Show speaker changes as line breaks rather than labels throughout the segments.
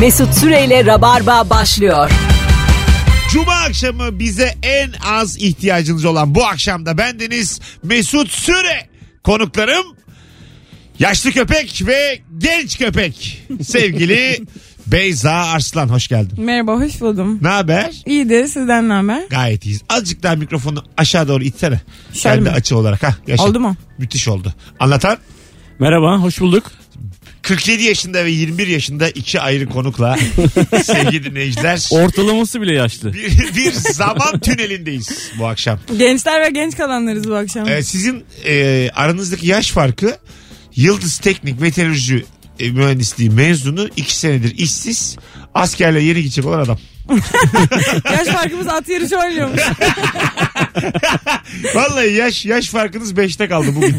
Mesut Süreyle Rabarba başlıyor.
Cuma akşamı bize en az ihtiyacınız olan bu akşamda bendeniz Mesut Süre. Konuklarım yaşlı köpek ve genç köpek. Sevgili Beyza Arslan hoş geldin.
Merhaba, hoş buldum.
Ne haber?
İyidir, sizden ne haber?
Gayet iyiyiz. Azıcık daha mikrofonu aşağı doğru itsene.
Şöyle
Sen de
mi?
açı olarak. Ha, yaşa.
Oldu mu?
Müthiş oldu. Anlatan
Merhaba, hoş bulduk.
47 yaşında ve 21 yaşında iki ayrı konukla sevgili dinleyiciler.
Ortalaması bile yaşlı.
Bir, bir zaman tünelindeyiz bu akşam.
Gençler ve genç kalanlarız bu akşam.
Ee, sizin e, aranızdaki yaş farkı Yıldız Teknik Meteoroloji e, Mühendisliği mezunu iki senedir işsiz askerle yeni gidecek olan adam.
Yaş farkımız at yarışı oynuyormuş.
Vallahi yaş yaş farkınız 5'te kaldı bugün.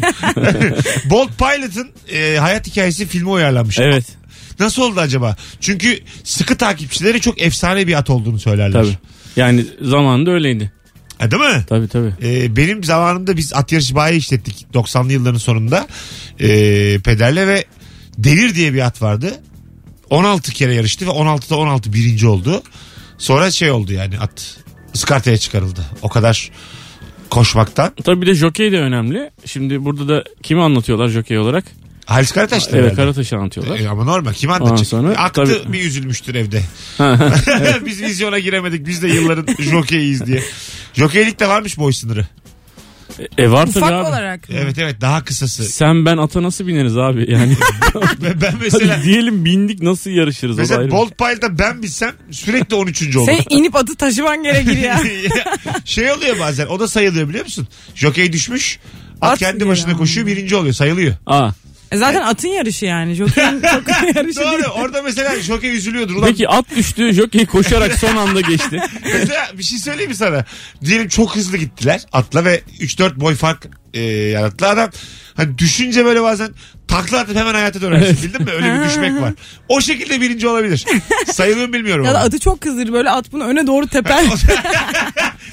Bolt Pilot'ın e, hayat hikayesi filmi uyarlanmış.
Evet.
Nasıl oldu acaba? Çünkü sıkı takipçileri çok efsane bir at olduğunu söylerler.
Tabii. Yani zamanında öyleydi.
Ha, değil mi?
Tabii tabii.
Ee, benim zamanımda biz at yarışı bayi işlettik 90'lı yılların sonunda Ee, pederle ve devir diye bir at vardı. 16 kere yarıştı ve 16'da 16 birinci oldu. Sonra şey oldu yani at ıskartaya çıkarıldı. O kadar koşmaktan.
Tabii bir de jokey de önemli. Şimdi burada da kimi anlatıyorlar jokey olarak?
Halis Karataş'tı
Evet,
herhalde.
Karataş'ı anlatıyorlar.
Ee, ama normal kim
Ondan
anlatacak?
sonra
Aktı
tabii-
bir üzülmüştür evde. biz vizyona giremedik. Biz de yılların jokeyiyiz diye. Jokeylik de varmış boy sınırı.
E var tabii
Ufak
abi.
olarak.
Evet evet daha kısası.
Sen ben ata nasıl bineriz abi? Yani
Ben ben mesela
Hadi diyelim bindik nasıl yarışırız? O da ayrı
Mesela
bir şey.
Bolt Pile'da ben bilsem sürekli 13.
şey. Sen
olurum.
inip atı taşıman gerekir ya.
şey oluyor bazen o da sayılıyor biliyor musun? Jokey düşmüş at
At
kendi
diyor
başına
ya.
koşuyor birinci oluyor sayılıyor.
şey. Aa,
E Zaten atın yarışı yani. Joker'in çok yarışı
Doğru
değil.
orada mesela jokey üzülüyordur. Ulan
peki at düştü jokey koşarak son anda geçti.
mesela bir şey söyleyeyim mi sana? Diyelim çok hızlı gittiler atla ve 3-4 boy fark e, yarattı adam. Hani düşünce böyle bazen takla atıp hemen hayata dönersin bildin mi? Öyle bir düşmek var. O şekilde birinci olabilir. Sayılıyor mu bilmiyorum.
Ya da
ama.
atı çok kızdır böyle at bunu öne doğru teper.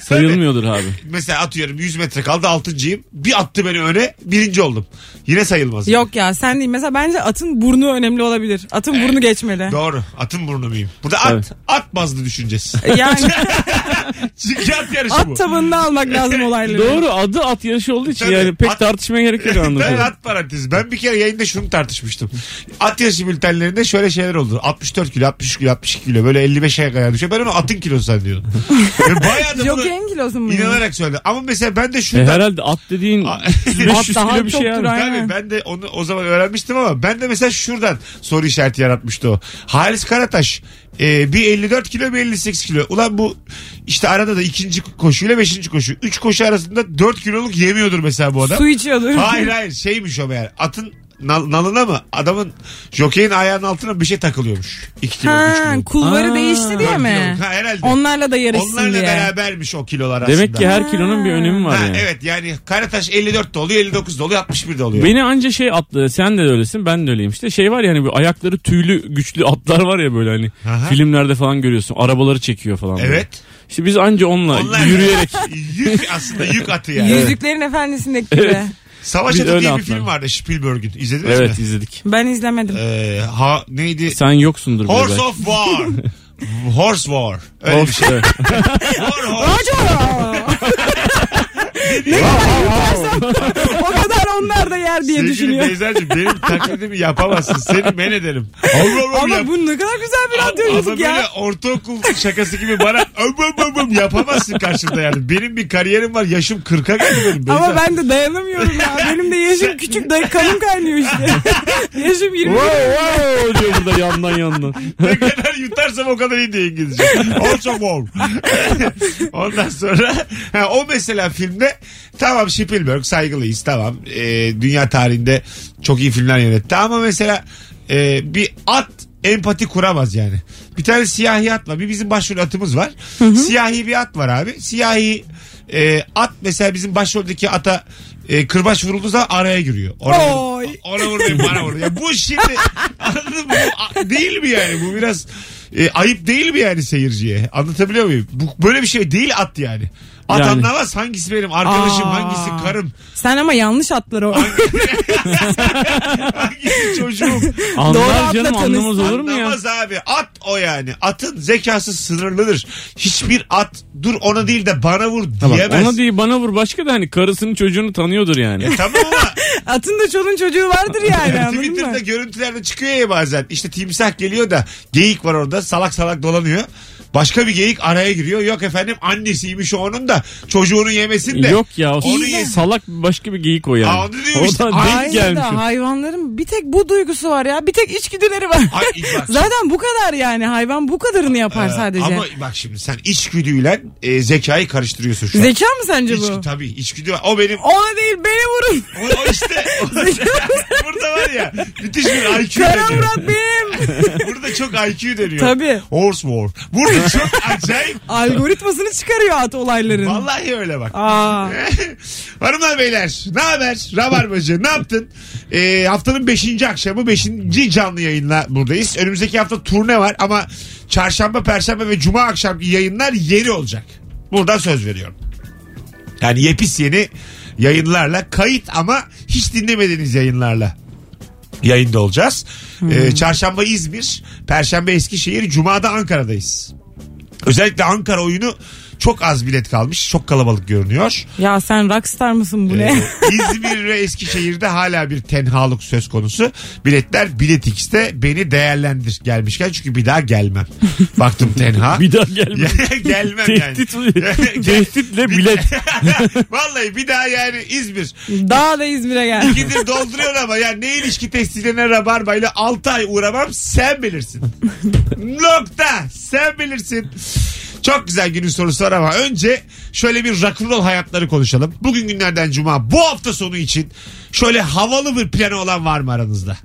Sayılmıyordur abi.
Mesela atıyorum 100 metre kaldı altıncıyım. Bir attı beni öne birinci oldum. Yine sayılmaz.
Yok ya sen değil. Mesela bence atın burnu önemli olabilir. Atın burnu geçmeli.
Doğru. Atın burnu muyum? Burada at,
Evet.
at bazlı düşüneceğiz.
E Yani
Çünkü at yarışı bu.
at tabanını almak lazım olayları.
Doğru adı at yarışı olduğu için
Tabii,
yani pek
at-
tartışmaya gerek yok anladın.
Ben at parantezi. Ben bir kere yayında şunu tartışmıştım. At yarışı bültenlerinde şöyle şeyler oldu. 64 kilo, 63 kilo, 62 kilo böyle 55'e kadar düşüyor. Ben onu atın kilosu zannediyordum. Yani bayağı da bunu
Joker'in kilosu mu?
inanarak söyledim. Ama mesela ben de
E,
şunu
herhalde at dediğin 500
At daha
kilo bir şey
çoktur
abi.
ha.
Tabii
Aynen.
ben de onu o zaman öğrenmiştim ama ben de mesela şuradan soru işareti yaratmıştı o. Halis Karataş e, bir 54 kilo bir 58 kilo. Ulan bu işte arada da ikinci koşuyla beşinci koşu. Üç koşu arasında 4 kiloluk yemiyordur mesela bu adam.
Su içiyordur.
Hayır hayır şeymiş o meğer. Atın nal- nalına mı? Adamın jokeyin ayağının altına bir şey takılıyormuş. 2 kilo, 3
Ha,
kilo.
kulvarı
Aa.
değişti diye
Dört
mi?
kiloluk. Ha, herhalde.
Onlarla da yarışsın
Onlarla
diye.
berabermiş o kilolar aslında.
Demek ki her kilonun bir önemi var
Ha,
yani.
Evet yani Karataş 54 de oluyor 59 de oluyor 61 de oluyor.
Beni anca şey atlı sen de öylesin ben de öyleyim işte şey var yani bu ayakları tüylü güçlü atlar var ya böyle hani
Aha.
filmlerde falan görüyorsun arabaları çekiyor falan. böyle.
Evet.
İşte biz anca onunla
Onlar-
yürüyerek
yük aslında yük atı yani.
Yüzüklerin Efendisi'ndeki gibi.
Savaş
Biz
Atı
öyle
diye bir
atlar.
film vardı Spielberg'in. İzlediniz
evet
mi?
izledik.
Ben izlemedim.
Ee, ha, neydi?
Sen yoksundur bile
Horse
belki.
of War. Horse War. Öyle bir şey.
Horse, evet.
War Horse.
o kadar onlar da yer diye
Sevgili
düşünüyor.
Beyza'cığım benim taklidimi yapamazsın. Seni men ederim. Avrum avrum
Ama
yap-
bu ne kadar güzel bir radyo
Ama
yazık
böyle
ya.
ortaokul şakası gibi bana öm öm öm öm yapamazsın karşımda yani. Benim bir kariyerim var. Yaşım 40'a geldi benim. Beyza.
Ama ben de dayanamıyorum ya. Benim de yaşım küçük dayı kanım kaynıyor işte. yaşım 20.
wow wow diyor burada yandan yandan.
ne kadar yutarsam o kadar iyi diye İngilizce. Also warm. Ondan sonra ha, o mesela filmde tamam Spielberg saygılıyız tamam. Ee, dünya tarihinde çok iyi filmler yönetti ama mesela e, bir at empati kuramaz yani. Bir tane siyahi at var. Bir bizim başrol atımız var. Siyahi bir at var abi. Siyahi e, at mesela bizim başroldeki ata e, kırbaç vurulduğu zaman araya giriyor. Oraya,
Oy.
ona vurmayın bana vurun. Ya bu şimdi anladın mı? Bu a- Değil mi yani? Bu biraz e, ayıp değil mi yani seyirciye? Anlatabiliyor muyum? Bu, böyle bir şey değil at yani. At
Yani-
anlamaz hangisi benim arkadaşım
Aa.
hangisi karım
Sen ama yanlış atları o.
hangisi çocuğum.
Anlar
atla
canım
tanışsın.
anlamaz olur mu ya?
Anlamaz abi at o yani atın zekası sınırlıdır. Hiçbir at dur ona değil de bana vur
Tamam,
diyemez.
Ona değil bana vur başka da hani karısının çocuğunu tanıyordur yani.
E tamam ama
Atın da çoluğun çocuğu vardır yani anladın
Twitter'da
mı?
görüntülerde çıkıyor ya bazen. İşte timsah geliyor da geyik var orada salak salak dolanıyor. Başka bir geyik araya giriyor. Yok efendim annesiymiş o onun da çocuğunu yemesin de.
Yok ya o
Onu ye-
salak başka bir geyik o yani.
Aa, onu diyorum işte.
O da denk
Hayır
gelmiş.
da hayvanların bir tek bu duygusu var ya. Bir tek içgüdüleri var.
Ay, bak.
Zaten bu kadar yani. Hayvan bu kadarını yapar
Ee,
sadece.
Ama bak şimdi sen içgüdüyle e, zekayı karıştırıyorsun şu an.
Zeka mı sence
İçgü-
bu?
tabii içgüdü o benim
Ona değil beni vurun.
o, o işte burada var ya müthiş bir IQ
Kara
dönüyor.
Murat benim.
Burada çok IQ dönüyor.
Tabii.
Horse war. Burada çok acayip.
Algoritmasını çıkarıyor at olayların.
Vallahi öyle bak.
Aa.
Hanımlar beyler ne haber? Rabarbacı ne yaptın? Ee, haftanın 5. akşamı 5. canlı yayınla buradayız. Önümüzdeki hafta turne var ama çarşamba, perşembe ve cuma akşamki yayınlar yeni olacak. Buradan söz veriyorum. Yani yepis yeni yayınlarla kayıt ama hiç dinlemediğiniz yayınlarla yayında olacağız. Ee, çarşamba İzmir, Perşembe Eskişehir, Cuma'da Ankara'dayız. Özellikle Ankara oyunu çok az bilet kalmış. Çok kalabalık görünüyor.
Ya sen rockstar mısın bu ne?
Ee, İzmir ve Eskişehir'de hala bir tenhalık söz konusu. Biletler Bilet X'te beni değerlendir gelmişken çünkü bir daha gelmem. Baktım tenha.
Bir daha gelmiş.
gelmem yani.
Tehdit, tehditle bilet.
Vallahi bir daha yani İzmir.
Daha da İzmir'e gel.
Gidip dolduruyor ama ya ne ilişki testiline rabarbayla 6 ay uğramam sen bilirsin. Nokta sen bilirsin. Çok güzel günün sorusu var ama önce şöyle bir rock'n'roll hayatları konuşalım. Bugün günlerden cuma bu hafta sonu için şöyle havalı bir planı olan var mı aranızda?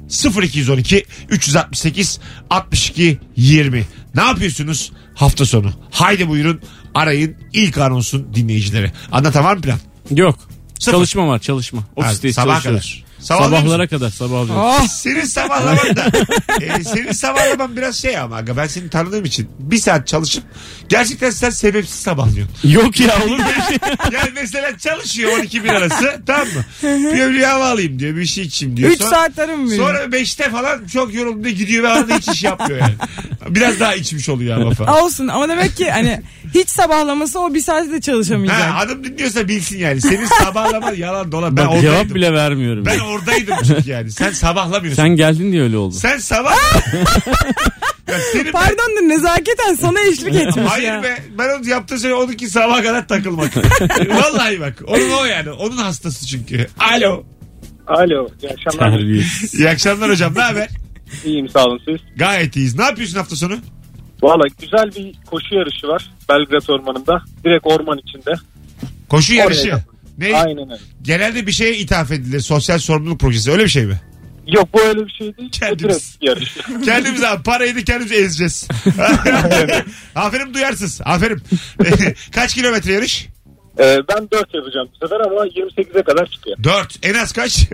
0212 368 62 20. Ne yapıyorsunuz hafta sonu? Haydi buyurun arayın ilk anonsun dinleyicileri. Anlatan var mı plan?
Yok.
Sıfır.
Çalışma var çalışma. Ofisteyiz
sabaha
çalışıyoruz.
kadar. Sabahlıyor musun?
Sabahlara kadar sabahlıyoruz.
Oh.
Senin sabahlaman da. e, senin sabahlaman biraz şey ama aga ben seni tanıdığım için bir saat çalışıp gerçekten sen sebepsiz sabahlıyorsun.
Yok ya olur mu?
Yani mesela çalışıyor 12 bin arası tamam mı? Bir ömrü hava alayım diyor bir şey içeyim diyor.
3
Sonra-
saatlerim mi?
Sonra 5'te falan çok yorulduğunda gidiyor ve arada hiç iş yapmıyor yani. Biraz daha içmiş oluyor ama falan.
Olsun ama demek ki hani hiç sabahlaması o bir saatte de çalışamayacak.
Ha, adam dinliyorsa bilsin yani. Senin sabahlaman yalan dolan. Ben
Bak,
oradaydım.
cevap bile vermiyorum.
Ben oradaydım çünkü yani. Sen sabahlamıyorsun. Sen,
Sen geldin diye öyle oldu.
sabah... ya senin
Pardon da nezaketen sana eşlik etmiş
Hayır
ya.
be. Ben onu yaptığı şey onun ki sabaha kadar takılmak. Vallahi bak. Onun o yani. Onun hastası çünkü. Alo.
Alo, iyi akşamlar.
Terbiyesiz.
İyi akşamlar hocam. Ne haber?
İyiyim sağ olun siz.
Gayet iyiyiz. Ne yapıyorsun hafta sonu?
Valla güzel bir koşu yarışı var Belgrad Ormanı'nda. Direkt orman içinde.
Koşu
Oraya
yarışı.
gel.
Ne?
Aynen öyle.
Genelde bir şeye ithaf edilir. Sosyal sorumluluk projesi. Öyle bir şey mi?
Yok bu öyle bir şey değil. Bu
Kendiniz.
direkt yarış.
Kendimiz abi parayı da kendimiz ezeceğiz. Aferin duyarsız. Aferin. kaç kilometre yarış?
Ee, ben 4 yapacağım bu sefer ama 28'e kadar çıkıyor.
4. En az kaç?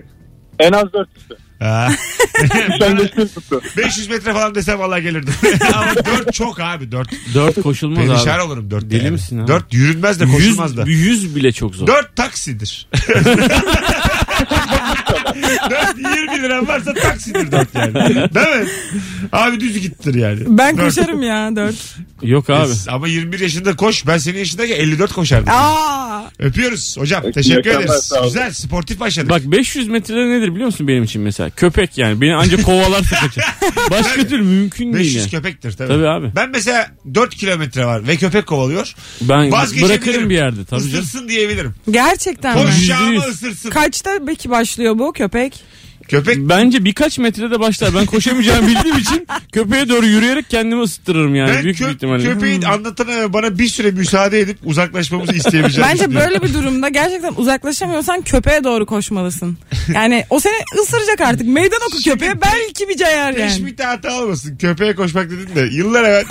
En az 4 üstü.
Aa.
Sen geçtiğin tuttu.
500 metre falan desem vallahi gelirdim. Ama 4 çok abi 4.
Dört koşulmaz abi.
Perişan olurum 4.
Deli misin abi?
4 yürünmez de
Yüz,
koşulmaz da.
yüz bile çok zor.
4 taksidir. 4 20 liram varsa taksidir 4 yani. Değil mi? Abi düz gittir yani.
Ben
Dört.
koşarım ya dört.
Yok abi.
Ama 21 yaşında koş. Ben senin yaşındayken 54 koşardım.
Aa,
Öpüyoruz hocam.
İyi
Teşekkür
akşamlar,
ederiz.
sağ olun.
Güzel sportif başladık.
Bak 500 metrede nedir biliyor musun benim için mesela? Köpek yani. Beni ancak kovalarsa kaçar. Başka
Tabii.
türlü mümkün
500
değil yani.
köpektir tabii.
Tabii abi.
Ben mesela 4 kilometre var ve köpek kovalıyor.
Ben
Vazgeçebilirim.
bırakırım bir yerde tabii canım.
Isırsın diyebilirim.
gerçekten mi?
Koş.
Koşacağımı
Yüzde yüz.
ısırsın.
Kaçta peki başlıyor bu köpek?
köpek
Bence birkaç metrede başlar. Ben koşamayacağımı bildiğim için köpeğe doğru yürüyerek kendimi ısıtırırım yani.
Ben
büyük
kö-
bir ihtimalle.
köpeğin
Hmm.
anlatana bana bir süre müsaade edip uzaklaşmamızı isteyebileceğim.
Bence böyle bir durumda gerçekten uzaklaşamıyorsan köpeğe doğru koşmalısın. Yani o seni ısıracak artık. Meydan oku
Şimdi
köpeğe belki bir cayar yani.
Teşbihte hata olmasın. Köpeğe koşmak dedin de yıllar evvel.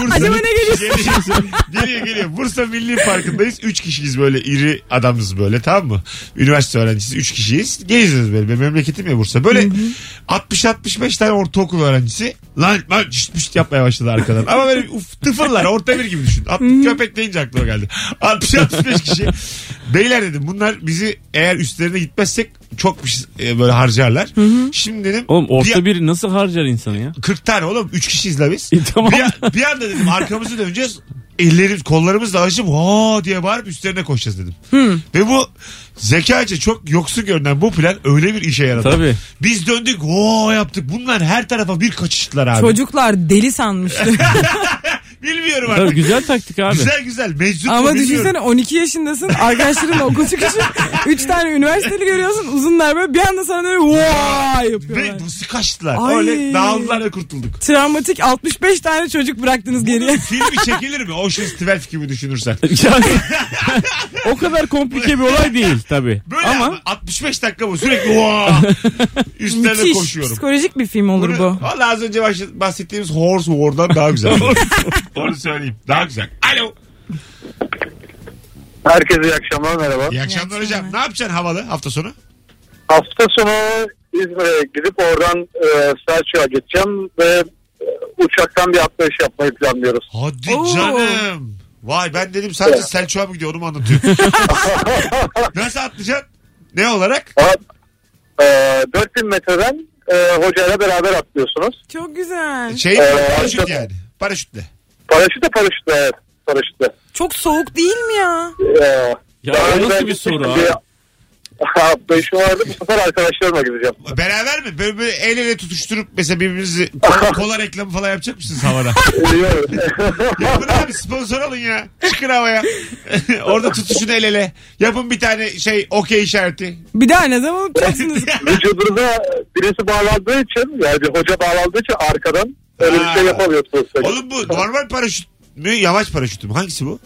Bursa,
Acaba ne geliyor?
Geliyor, geliyor geliyor. Bursa Milli Parkı'ndayız. Üç kişiyiz böyle iri adamız böyle tamam mı? Üniversite öğrencisi üç kişiyiz. Geziyoruz bilirsiniz beni. Benim memleketim ya Bursa. Böyle 60-65 tane ortaokul öğrencisi lan lan şişt pişt yapmaya başladı arkadan. Ama böyle uf, tıfırlar orta bir gibi düşün. At- köpek deyince aklıma geldi. 60-65 kişi. Beyler dedim bunlar bizi eğer üstlerine gitmezsek çok bir şey, e, böyle harcarlar. Şimdi dedim
Oğlum orta
bir-
bir nasıl harcar insanı ya?
40 tane oğlum 3 kişiyiz la biz.
E, tamam.
Bir, an- bir anda dedim arkamızı döneceğiz. Ellerimiz kollarımızla açıp ha diye bağırıp üstlerine koşacağız dedim. Ve bu zekaca çok yoksun görünen bu plan öyle bir işe yaradı.
Tabii.
Biz döndük ho yaptık. Bunlar her tarafa bir kaçıştılar abi.
Çocuklar deli sanmıştı.
Bilmiyorum
Tabii
artık.
güzel taktik abi.
Güzel güzel. Meczup mu
Ama
bilmiyorum.
düşünsene 12 yaşındasın. Arkadaşların okul çıkışı. 3 tane üniversiteli görüyorsun. Uzunlar böyle. Bir anda sana böyle vay yapıyorlar.
Ve nasıl kaçtılar?
Ay.
Öyle dağıldılar ve kurtulduk.
Travmatik 65 tane çocuk bıraktınız geriye.
Filmi çekilir mi? Ocean's 12 gibi düşünürsen.
Yani, o kadar komplike bir olay değil tabii.
Böyle
Ama
ama 65 dakika bu sürekli "Vaa!" üstlerine
Müthiş
koşuyorum.
psikolojik bir film olur bu.
Valla az önce baş- bahsettiğimiz Horse War'dan daha güzel. Onu söyleyeyim. Daha güzel. Alo.
Herkese iyi akşamlar merhaba.
İyi akşamlar hocam. Ne yapacaksın havalı hafta sonu?
Hafta sonu İzmir'e gidip oradan e, Selçuk'a geçeceğim ve e, uçaktan bir atlayış yapmayı planlıyoruz.
Hadi
Oo.
canım. Vay ben dedim sadece Selçuk'a mı gidiyor onu mu anlatıyor? Nasıl atlayacaksın? Ne olarak?
Ama, e, 4000 metreden e, hocayla beraber atlıyorsunuz.
Çok güzel.
Şey
Ee,
paraşüt
çok-
yani. Paraşütle.
Paraşütle paraşütle evet. Paraşütle.
Çok soğuk değil mi ya?
E,
Ya
daha
o
önce
nasıl bir
gitmiştim
soru
bir
abi?
Atlayışım vardı bu sefer arkadaşlarımla gideceğim.
Beraber mi? Böyle, böyle el ele tutuşturup mesela birbirinizi kola, kola reklamı falan yapacak mısınız havada?
Biliyorum.
Yapın abi sponsor alın ya. Çıkın havaya. Orada tutuşun el ele. Yapın bir tane şey okey işareti.
Bir daha ne zaman yapacaksınız?
Vücudunuza birisi bağlandığı için yani hoca bağlandığı için arkadan öyle bir şey yapamıyorsunuz.
Oğlum bu normal paraşüt mü yavaş paraşüt mü? Hangisi bu?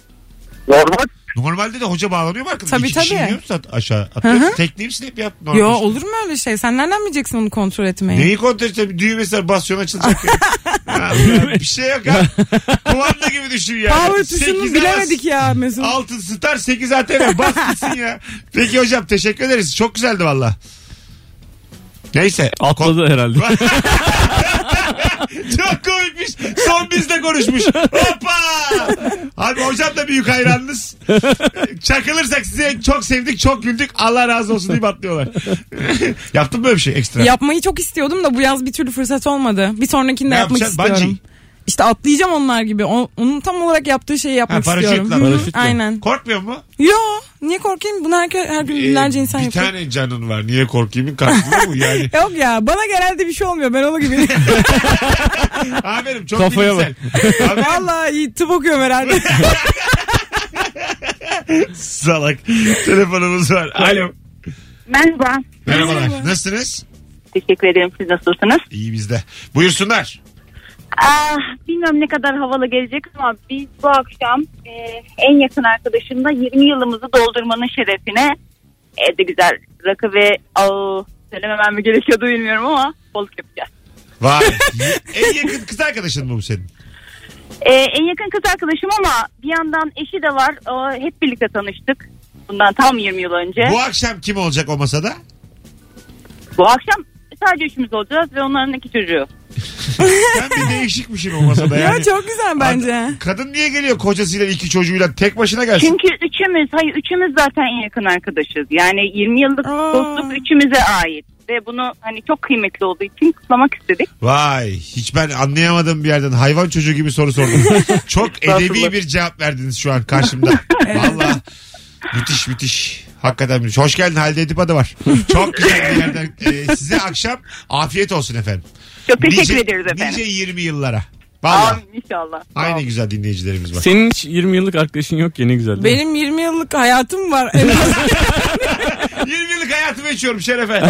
Normal.
Normalde de hoca bağlanıyor mu arkadaşlar?
Tabii,
İki kişi
tabii.
iniyor musun at- aşağı atıyor. Tekniği misin hep yap normal.
Yo olur mu öyle şey? Sen nereden bileceksin onu kontrol etmeyi?
Neyi kontrol edeceğim? Bir Düğmesi var basyon açılacak. ya. Ha, ya bir şey yok ha. Kumanda gibi düşün ya.
Power tuşunu bilemedik ya Mesut.
Altın star 8 ATM bas gitsin ya. Peki hocam teşekkür ederiz. Çok güzeldi valla. Neyse.
atladı herhalde.
Çok komikmiş. Son bizle konuşmuş. Hoppa. Abi hocam da büyük hayranınız. Çakılırsak size çok sevdik, çok güldük. Allah razı olsun deyip atlıyorlar. Yaptın mı böyle bir şey ekstra?
Yapmayı çok istiyordum da bu yaz bir türlü fırsat olmadı. Bir sonrakini de
Ne
yapmak
yapacaksın?
istiyorum. İşte atlayacağım onlar gibi. O- onun tam olarak yaptığı şeyi yapmak
Ha, paraşütle,
istiyorum. Hı hı,
paraşütle.
Aynen.
Korkmuyor mu?
Yo niye korkayım? Bunu her, her gün binlerce
Ee,
insan
bir
yapıyor.
tane canın var. Niye korkayım? Karşılığı bu yani.
Yok ya bana genelde bir şey olmuyor. Ben onu gibi.
Aferin çok
Kafaya
bilimsel. Aferin
Vallahi iyi, tıp okuyorum herhalde.
salak. Telefonumuz var. Alo.
Merhaba.
Merhabalar. Nasılsınız?
Teşekkür ederim. Siz nasılsınız?
İyi bizde. Buyursunlar.
Ah, bilmiyorum ne kadar havalı gelecek ama biz bu akşam e, en yakın arkadaşımla 20 yılımızı doldurmanın şerefine evde güzel rakı ve aa, söylememem mi gerekiyordu bilmiyorum ama balık yapacağız.
Vay. en yakın kız arkadaşın mı bu senin?
E, en yakın kız arkadaşım ama bir yandan eşi de var. Aa, hep birlikte tanıştık. Bundan tam 20 yıl önce.
Bu akşam kim olacak o masada?
Bu akşam sadece üçümüz olacağız ve onların iki çocuğu.
Sen bir değişikmişsin o masada yani.
ya çok güzel bence.
Kadın niye geliyor kocasıyla iki çocuğuyla tek başına gelsin?
Çünkü üçümüz, hayır üçümüz zaten en yakın arkadaşız. Yani 20 yıllık
Aa.
dostluk üçümüze ait. Ve bunu hani çok kıymetli olduğu için kutlamak istedik.
Vay hiç ben anlayamadığım bir yerden hayvan çocuğu gibi soru sordum. Çok edebi bir cevap verdiniz şu an karşımda. Valla müthiş müthiş. Hakikaten müthiş. Hoş geldin Halide Edip adı var. Çok güzel bir yerden. Ee, size akşam afiyet olsun efendim.
Çok teşekkür
Nice-
ederiz efendim.
Nice 20 yıllara. Valla
Amin inşallah.
aynı güzel dinleyicilerimiz var.
Senin hiç 20 yıllık arkadaşın yok ya ne güzel. değil mi?
Benim 20 yıllık hayatım var. En az
20 yıllık hayatımı içiyorum şerefe.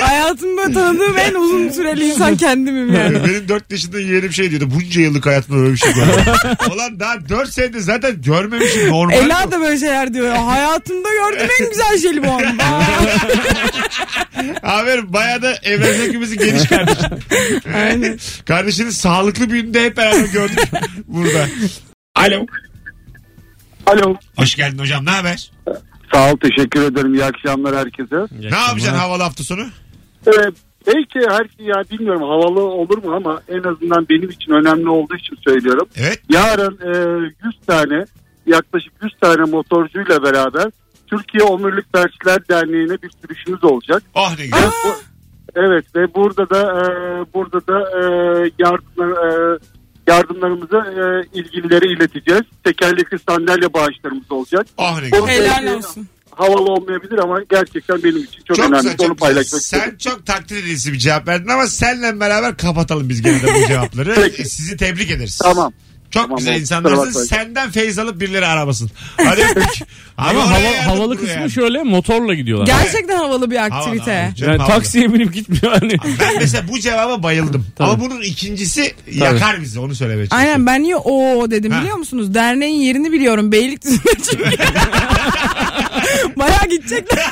hayatımda tanıdığım en uzun süreli insan kendimim yani.
Benim 4 yaşında yeğenim şey diyordu. Bunca yıllık hayatımda böyle bir şey görmedim. Ulan daha 4 senedir zaten görmemişim normal.
Ela da böyle şeyler diyor. ya. Hayatımda gördüğüm en güzel jelibon.
Aferin bayağı da evrensekimizi geniş kardeşim. Aynen. Kardeşiniz sağlıklı büyüdüğünde hep beraber gördük burada. Alo.
Alo.
Hoş geldin hocam ne haber?
Sağ ol teşekkür ederim. İyi akşamlar herkese.
Ne yapacaksın havalı hafta sonu?
Ee, belki her
şey,
ya bilmiyorum havalı olur mu ama en azından benim için önemli olduğu için söylüyorum.
Evet.
Yarın e, 100 tane yaklaşık 100 tane motorcuyla beraber Türkiye Omurilik Felçler Derneği'ne bir sürüşümüz olacak.
Oh ne
Ve
güzel.
bu- evet ve burada da e, burada da e, yardım, e, yardımlarımızı e, ilgililere ileteceğiz. Tekerlekli sandalye bağışlarımız olacak.
Oh ne güzel.
Helal olsun.
Havalı olmayabilir ama gerçekten benim için çok,
Çok
önemli.
güzel.
Onu
Çok güzel.
paylaşmak
Sen
istedim.
çok takdir edilisi bir cevap verdin ama senle beraber kapatalım biz gene de bu cevapları.
Peki.
E, Sizi tebrik ederiz.
Tamam.
Çok
Tamam,
güzel
oldu. Kusura
insanlarsın.
bakmayın.
Senden feyz alıp birileri aramasın. Hadi öptük.
Ama
oraya
hava-
yardım
havalı
buraya
kısmı
yardım.
şöyle motorla gidiyorlar.
Gerçekten havalı bir
Havalı,
aktivite.
havalı. Canım
yani
havalı.
taksiye binip gitmiyor. Hani.
Ben mesela bu cevaba bayıldım.
Tabii.
Ama bunun ikincisi yakar bizi onu söylemeye çalışıyorum.
Aynen ben niye o dedim
Ha.
biliyor musunuz? Derneğin yerini biliyorum. Beylikdüzü'ne çünkü. Bayağı gidecekler.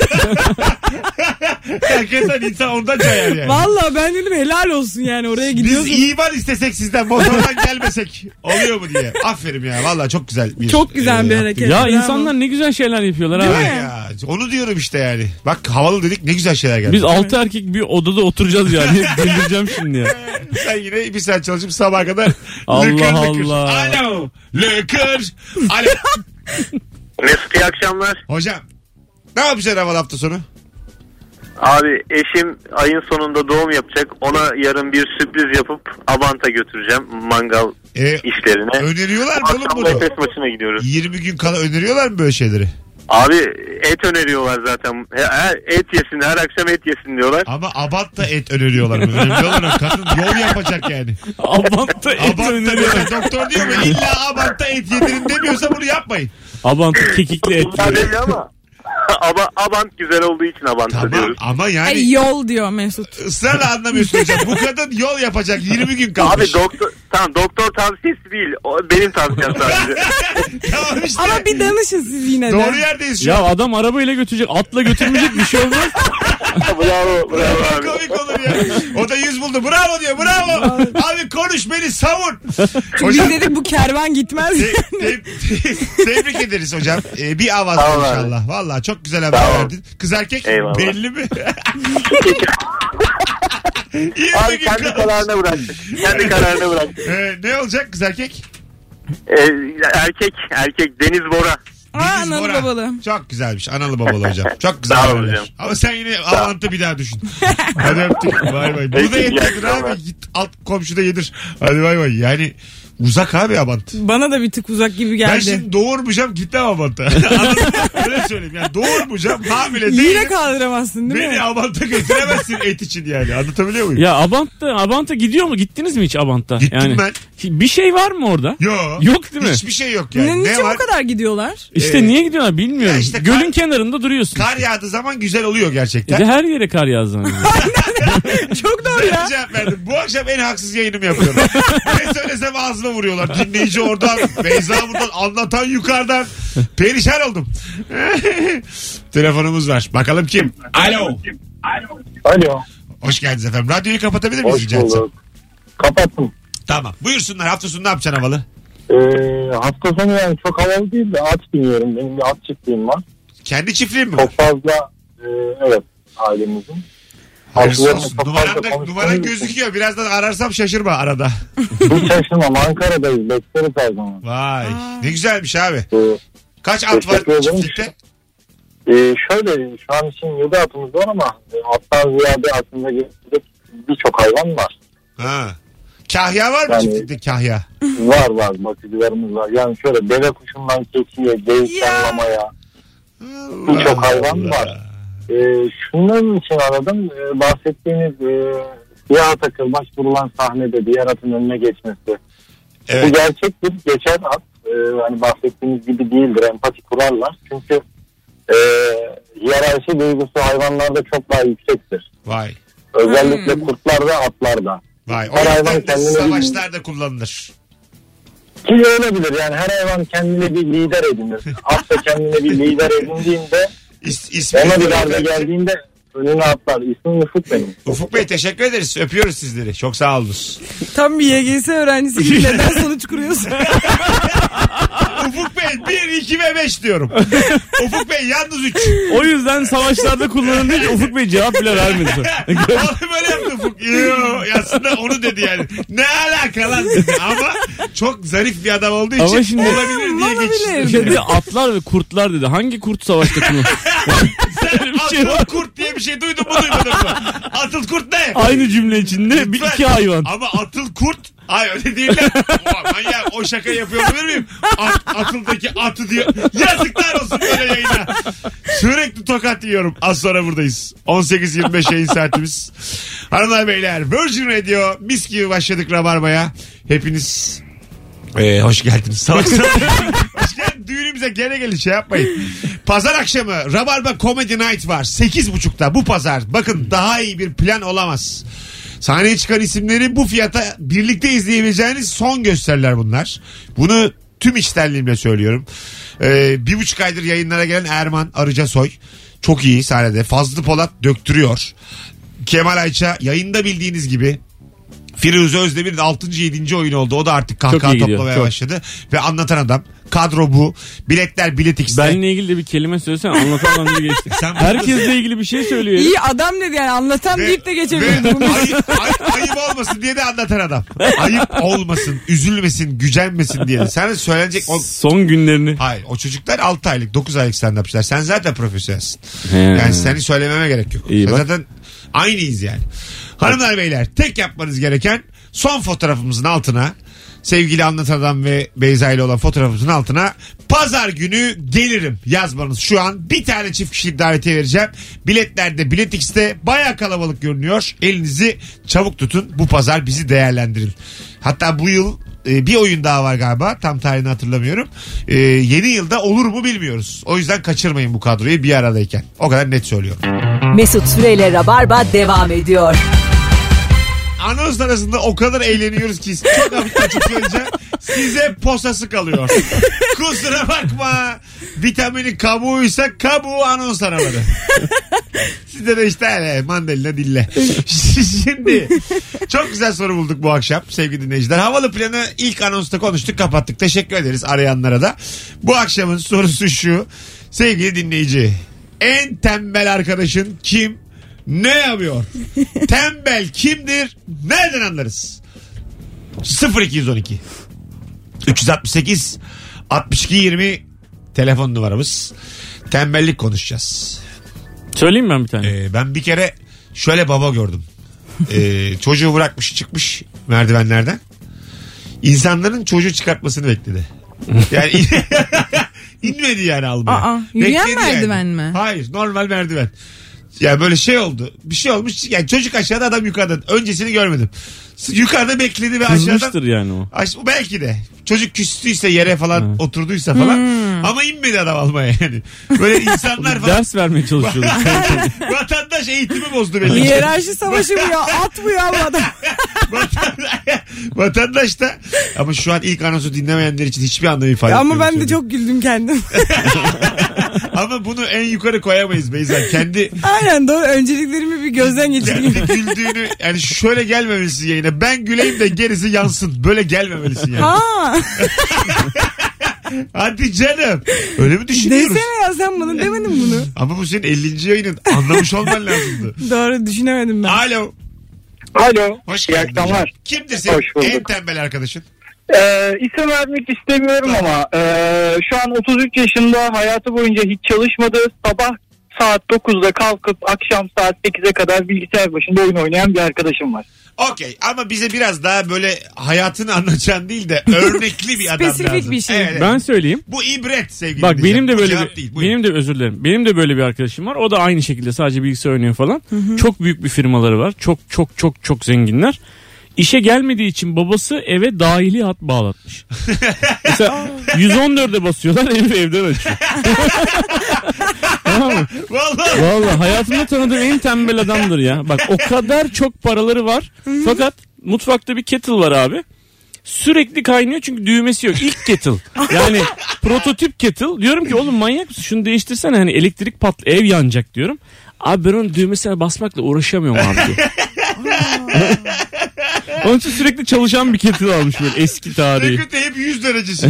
Hakikaten insan ondan cayar yani.
Valla ben dedim helal olsun yani
Biz
oraya gidiyorsun.
iman istesek sizden motordan gelmesek oluyor mu diye. Aferin ya valla çok güzel bir
Çok güzel bir
e,
hareket.
ya
Bravo.
insanlar ne güzel şeyler yapıyorlar
Değil
abi.
mi?
Ya, onu diyorum işte yani. Bak havalı dedik ne güzel şeyler geldi.
Biz altı erkek bir odada oturacağız yani. Delireceğim şimdi ya.
Sen yine bir saat çalışıp sabaha kadar
Allah
lıkır lıkır.
Allah.
Alo. Lıkır. Alo.
Mesut iyi akşamlar.
Hocam. Ne yapacaksın havalı hafta sonu?
Abi eşim ayın sonunda doğum yapacak. Ona yarın bir sürpriz yapıp Abant'a götüreceğim mangal
Ee,
işlerine.
öneriyorlar mı oğlum
Akşam
bunu?
Efes maçına gidiyoruz.
20 gün kala öneriyorlar mı böyle şeyleri?
Abi et öneriyorlar zaten. He- Her, et yesin her akşam et yesin diyorlar.
Ama abatta et öneriyorlar mı? Öneriyorlar mı? Kadın yol yapacak yani.
Abant'ta et
Abatta
öneriyor.
diyor. Doktor diyor mu? İlla abatta et yedirin demiyorsa bunu yapmayın.
Abant'ta kekikli et.
Bunlar belli ama Aba- Abant güzel olduğu için Abant'a
Tamam
diyoruz.
ama yani
Ay, yol diyor Mesut.
ısrarla anlamıyorsun hocam. Bu kadın yol yapacak 20 gün
Abi
kalmış.
doktor tamam doktor tavsiyesi değil. O benim tavsiyem sadece.
Tamam işte.
Ama bir danışın siz yine de.
Doğru yerdeyiz şu an.
Ya adam arabayla götürecek, atla götürmeyecek bir şey olmaz.
bravo bravo
Çok
abi.
komik olur ya. O da yüz buldu. Bravo diyor. Bravo. Abi konuş beni savun. Hocam
Biz dedik bu kervan gitmez.
te- te- te- tebrik ederiz hocam. Ee, bir avaz
Sağ ol abi.
inşallah. Valla çok güzel haber
Sağ ol.
verdin. Kız erkek
Eyvallah.
belli mi?
Abi
20 gün
kendi
kalmış.
kararına bıraktık. Kendi kararına bıraktık.
Ee, ne olacak kız erkek?
Ee, erkek erkek Deniz Bora.
Aa,
Deniz
analı
Bora.
babalı.
Çok güzelmiş. Analı babalı hocam. Çok güzel.
Sağ ol
haberler.
hocam.
Ama sen yine avantı bir daha düşün. Hadi öptük. Bay bay. Burada
Peki, iyi
yedir
akşamlar.
abi. Git alt komşuda yedir. Hadi bay bay. Yani uzak abi avant.
Bana da bir tık uzak gibi
Ben
geldi.
şimdi doğurmayacağım gitmem avanta. Anladın mı? Öyle söyleyeyim. Yani doğurmayacağım hamile
Yine
değilim.
kaldıramazsın değil
Beni
mi?
avanta götüremezsin et için yani. Anlatabiliyor muyum?
Ya Abant'ta, Abant'a gidiyor mu? Gittiniz mi hiç Abant'ta?
Gittim
yani,
ben.
Bir şey var mı orada?
Yok.
Yok değil mi?
Hiçbir şey yok yani.
Ne,
Ne,
niçin
var?
bu kadar gidiyorlar?
İşte
Ee,
niye gidiyorlar bilmiyorum.
ya işte kar-
Gölün kenarında duruyorsun.
Kar yağdığı zaman güzel oluyor
Bir
gerçekten.
de her yere kar yağdı.
Çok doğru
Ben
ya.
cevap verdim. Bu akşam en haksız yayınımı yapıyorum. ne söylesem ağzıma vuruyorlar. Dinleyici oradan, Beyza buradan, anlatan yukarıdan. Perişan oldum. Telefonumuz var. Bakalım kim? Alo.
Alo.
Hoş geldiniz efendim. Radyoyu kapatabilir miyiz rica etsem?
Kapattım.
Tamam. Buyursunlar. Hafta sonu ne yapacaksın havalı?
Ee, hafta sonu yani çok havalı değil de at biniyorum. Benim bir at çiftliğim var.
Kendi çiftliğin mi var?
Çok fazla e, evet ailemizin.
Hayırlısı
Haklarını
olsun.
çok fazla
Numaran, da,
konuştuğumuz
numaran
için.
gözüküyor. Birazdan ararsam şaşırma arada.
Hiç şaşırmam Ankara'dayız bekleriz her zaman.
Vay. Ne güzelmiş abi.
Ee,
Kaç at var
Teşekkür ederim.
çiftlikte?
e, şöyle şu an için 7 atımız var ama e, attan ziyade aslında gelecek birçok hayvan var.
Ha. Kahya var mı
Yani-
çiftlikte kahya?
var var bakıcılarımız var. Yani şöyle deve kuşundan keçiye,
Ya.
geyikten lamaya birçok hayvan var. E, şunların için aradım. E, bahsettiğiniz e, bir ata kırbaç vurulan sahnede diğer atın önüne geçmesi. Bu
Evet.
gerçek bir geçen at. Ee, hani bahsettiğimiz gibi değildir. Empati kurarlar. Çünkü e, hiyerarşi duygusu hayvanlarda çok daha yüksektir.
Vay.
Özellikle kurtlarda, atlarda.
Vay. O
Her hayvan
yüzden
kendine
savaşlarda kullanılır.
Ki öyledir yani her hayvan kendine bir lider edinir. At da kendine bir lider edindiğinde
İs, ismi
ona bir darbe geldiğinde önüne atlar. İsmim Ufuk benim.
Ufuk Bey teşekkür ederiz. Öpüyoruz sizleri. Çok sağ olunuz.
Tam bir YGS öğrencisi gibi neden sonuç kuruyorsun?
Ufuk Bey Evet 1, 2 ve 5 diyorum. Ufuk Bey yalnız 3.
O yüzden savaşlarda kullanıldığı için Ufuk Bey cevap bile vermedi.
Oğlum öyle yaptı Ufuk. Yo, aslında onu dedi yani. Ne alaka lan dedi. Ama çok zarif bir adam olduğu için
Ama şimdi-
olabilir diye geçti.
Olabilir.
Şimdi Şey atlar ve kurtlar dedi. Hangi kurt savaşta kullanılır?
Sen
bir şey
atıl
var.
kurt diye bir şey duydun mu duymadın mı? Atıl kurt ne?
Aynı cümle içinde bir
Lütfen.
iki hayvan.
Ama atıl kurt. Ay öyle değil lan. O, manyak o şaka yapıyor olabilir miyim? At, atıldaki atı diyor. Yazıklar olsun böyle yayına. Sürekli tokat yiyorum. Az sonra buradayız. 18.25 yayın saatimiz. Hanımlar beyler Virgin Radio mis gibi başladık Rabarba'ya. Hepiniz ee, hoş geldiniz. Salak salak. hoş geldin. Düğünümüze gene gelin şey yapmayın. Pazar akşamı Rabarba Comedy Night var. 8.30'da bu pazar. Bakın daha iyi bir plan olamaz. Sahneye çıkan isimleri bu fiyata birlikte izleyebileceğiniz son gösteriler bunlar. Bunu tüm içtenliğimle söylüyorum. Ee, bir buçuk aydır yayınlara gelen Erman Arıcasoy. Çok iyi sahnede. Fazlı Polat döktürüyor. Kemal Ayça yayında bildiğiniz gibi Firuze Özdemir'in 6. 7. oyunu oldu. O da artık kahkaha
iyi gidiyor,
toplamaya
çok.
başladı. Ve anlatan adam. Kadro bu. Biletler bilet X'de.
Benle ilgili de bir kelime söylesen anlatamam diye geçti.
Sen-
Herkesle ilgili bir şey söylüyor.
İyi adam dedi yani anlatan deyip de
Ve-
geçebilirdi. Bunu
ayıp, ayıp- ayıp olmasın diye de anlatan adam. Ayıp olmasın, üzülmesin, gücenmesin diye. Sana söylenecek... O...
Son günlerini.
Hayır o çocuklar 6 aylık 9 aylık stand-upçılar. Sen zaten profesyonelsin.
He.
Hmm.
Yani seni söylememe gerek yok.
İyi
Sen
bak.
Zaten aynıyız yani. Hanımlar beyler tek yapmanız gereken son fotoğrafımızın altına sevgili anlatan adam ve Beyza ile olan fotoğrafımızın altına pazar günü gelirim yazmanız. Şu an bir tane çift kişilik davetiye vereceğim. Biletlerde Bilet X'te baya kalabalık görünüyor. Elinizi çabuk tutun. Bu pazar bizi değerlendirin. Hatta bu yıl e, bir oyun daha var galiba. Tam tarihini hatırlamıyorum. E, yeni yılda olur mu bilmiyoruz. O yüzden kaçırmayın bu kadroyu bir aradayken. O kadar net söylüyorum.
Mesut Süreyle Rabarba devam ediyor.
Anons arasında o kadar eğleniyoruz ki çok hafif açıklayınca size posası kalıyor. Kusura bakma. Vitamini kabuğuysa kabuğu anons araları. Size de işte hele mandalina dille. Şimdi çok güzel soru bulduk bu akşam sevgili dinleyiciler. Havalı planı ilk anonsta konuştuk kapattık. Teşekkür ederiz arayanlara da. Bu akşamın sorusu şu. Sevgili dinleyici en tembel arkadaşın kim? Ne yapıyor? Tembel kimdir? Nereden anlarız? 0212 368 62 20 telefon numaramız. Tembellik konuşacağız.
Söyleyeyim ben bir tane.
Ee, ben bir kere şöyle baba gördüm. Ee, çocuğu bırakmış çıkmış merdivenlerden. İnsanların çocuğu çıkartmasını bekledi. Yani inmedi yani almaya.
Aa, yürüyen
Bekledi
merdiven mi?
Hayır normal merdiven. Ya böyle şey oldu. Bir şey olmuş. Yani çocuk aşağıda adam yukarıdan. Öncesini görmedim. S- Yukarıda bekledi ve aşağıdan
Kızmıştır yani o.
Aş- belki de. Çocuk küstüyse yere falan oturduysa falan.
Hmm.
Ama inmedi adam almaya yani. Böyle insanlar falan.
Ders vermeye çalışıyoruz.
Vatandaş eğitimi bozdu belli. ki.
Hiyerarşi savaşı bu ya. At bu ya bu adam.
Vatan- Vatandaş da ama şu an ilk anonsu dinlemeyenler için hiçbir anlamı ifade
Ama
etmiyor bu
ben de
söylediğim.
çok güldüm kendim.
Ama bunu en yukarı koyamayız Beyza. Kendi
Aynen doğru. Önceliklerimi bir gözden geçireyim.
kendi güldüğünü yani şöyle gelmemelisin yayına. Ben güleyim de gerisi yansın. Böyle gelmemelisin yani.
Ha,
Hadi canım. Öyle mi düşünüyoruz?
desene ya sen bana demedin mi bunu.
Ama bu senin 50. yayının. Anlamış olman lazımdı.
Doğru düşünemedim ben.
Alo.
Alo.
Hoş
İyi
geldin.
akşamlar.
hocam. Kimdir senin
Hoş bulduk.
en tembel arkadaşın?
Ee, isim vermek istemiyorum ama ee, şu an 33 yaşında hayatı boyunca hiç çalışmadı. Sabah saat 9'da kalkıp akşam saat 8'e kadar bilgisayar başında oyun oynayan bir arkadaşım var.
Okey ama bize biraz daha böyle hayatını anlatacağın değil de örnekli bir adam lazım.
Spesifik bir şey.
Evet, evet.
ben söyleyeyim.
Bu ibret sevgili
Bak
dinleyiciler.
benim de
Bu
böyle
cevap
bir-
değil. Buyurun.
benim de özür dilerim. Benim de böyle bir arkadaşım var. O da aynı şekilde sadece bilgisayar oynuyor falan. Çok büyük bir firmaları var. Çok çok çok çok zenginler. İşe gelmediği için babası eve dahili hat bağlatmış. Mesela 114'e basıyorlar evi evden açıyor. tamam mı?
Vallahi
Vallahi hayatımda tanıdığım en tembel adamdır ya. Bak o kadar çok paraları var. Fakat mutfakta bir kettle var abi. Sürekli kaynıyor çünkü düğmesi yok. İlk kettle. Yani prototip kettle. Diyorum ki oğlum manyak mısın? Şunu değiştirsene hani elektrik patlı ev yanacak diyorum. Abi ben onun düğmesine basmakla uğraşamıyorum abi diyor. Onun için sürekli çalışan bir kettle almış böyle eski tarihi.
Rakıt hep 100 derecesi.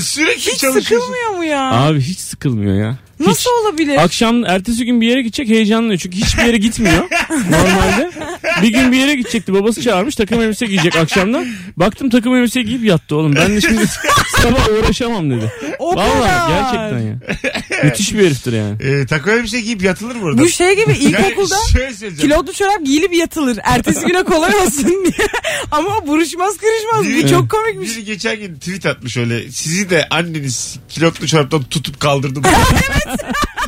Sürekli
Hiç
çalışıyorsun.
sıkılmıyor mu ya?
Abi hiç sıkılmıyor ya. Hiç.
Nasıl olabilir?
Akşam ertesi gün bir yere gidecek heyecanlı çünkü hiçbir yere gitmiyor normalde. Bir gün bir yere gidecekti babası çağırmış takım elbise giyecek akşamdan. Baktım takım elbise giyip yattı oğlum ben de şimdi sabah uğraşamam dedi.
O kadar.
Vallahi gerçekten ya. Müthiş bir heriftir yani.
Ee, takı elbise giyip yatılır burada.
Bu şey gibi ilkokulda
Yani şöyle söyleyeceğim.
kilotlu çorap giyilip yatılır. Ertesi güne kolay olsun diye. Ama o buruşmaz kırışmaz.
Biri-
Bu çok komikmiş.
Biri geçen gün tweet atmış öyle. Sizi de anneniz kilotlu çoraptan tutup kaldırdı.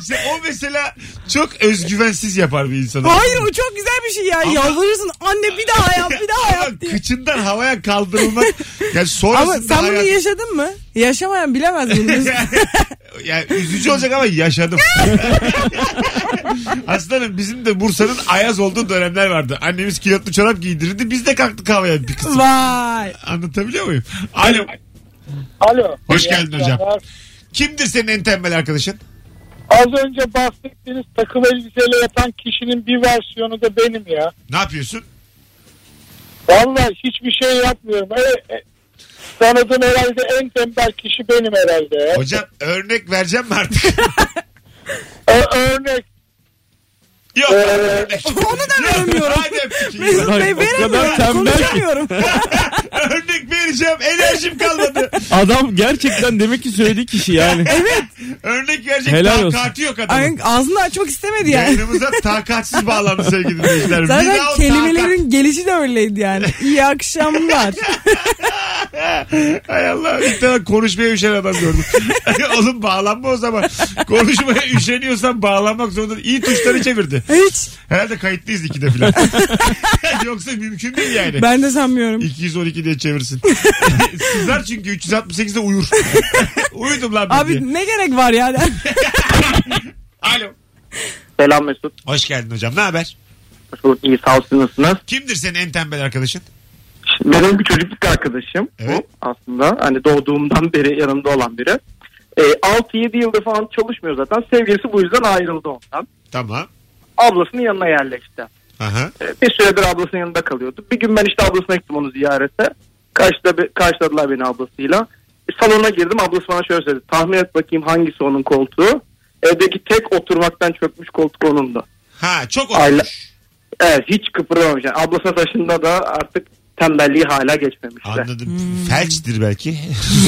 İşte o mesela çok özgüvensiz yapar bir insanı.
Hayır o çok güzel bir şey ya. Yalvarırsın anne bir daha yap bir daha
Ama
yap diye.
kıçından havaya kaldırılmak. Yani sonrasında
Ama sen bunu
hayat-
yaşadın mı? Yaşamayan bilemez bunu.
yani üzücü olacak ama yaşadım. Aslanım bizim de Bursa'nın ayaz olduğu dönemler vardı. Annemiz kilotlu çorap giydirirdi. Biz de kalktık havaya bir kısım.
Vay.
Anlatabiliyor muyum? Alo.
Alo.
Hoş
İyi
geldin
akşamlar.
hocam. Kimdir senin en tembel arkadaşın?
Az önce bahsettiğiniz takım elbiseyle yatan kişinin bir versiyonu da benim ya.
Ne yapıyorsun?
Vallahi hiçbir şey yapmıyorum. E, e, tanıdığım herhalde en tembel kişi benim herhalde. ya.
Hocam örnek vereceğim mi artık?
Ö- örnek.
Yok. örnek.
Onu da vermiyorum.
Hadi öptük. İyi
Mesut
bak.
Bey
o kadar
veremiyorum.
tembel ki.
Konuşamıyorum.
örnek vereceğim. Enerjim kalmadı.
Adam gerçekten demek ki söylediği kişi yani.
Örnek verecek
Helal
Helal
olsun.
takati yok adamın.
Ay, Ağzını açmak istemedi yani.
Yayınımıza takatsiz bağlandı sevgili dinleyiciler. Bir
Zaten
daha o
kelimelerin gelişi de öyleydi yani. İyi akşamlar.
takat- Hay Allah. Bir tane konuşmaya üşen adam gördüm. Oğlum bağlanma o zaman. Konuşmaya üşeniyorsan bağlanmak zorunda. İyi tuşları çevirdi.
Hiç.
Herhalde kayıtlıyız ikide falan. Yoksa mümkün değil yani.
Ben de sanmıyorum.
212 diye çevirsin. Sızar çünkü 368'de uyur. Uyudum lan ben diye.
Abi ne gerek var ya?
Alo.
Selam Mesut.
Hoş geldin hocam. Ne haber?
Nasıl iyi sağ olsun nasılsınız?
Kimdir senin en tembel arkadaşın?
Şimdi benim bir çocukluk arkadaşım
Evet.
bu aslında. Hani doğduğumdan beri yanımda olan biri. E, 6-7 yılda falan çalışmıyor zaten. Sevgilisi bu yüzden ayrıldı ondan.
Tamam.
Ablasının yanına yerleşti.
Aha.
E, bir süredir ablasının yanında kalıyordu. Bir gün ben işte ablasına gittim onu ziyarete. Karşıda, be- karşıladılar beni ablasıyla. E, salona girdim ablası bana şöyle söyledi. Tahmin et bakayım hangisi onun koltuğu. Evdeki tek oturmaktan çökmüş koltuk onundu.
Ha çok olmuş.
Ayla- Evet hiç kıpırdamamış. Yani ablasına taşında da artık tembelliği hala geçmemişti.
Anladım. Felçtir belki.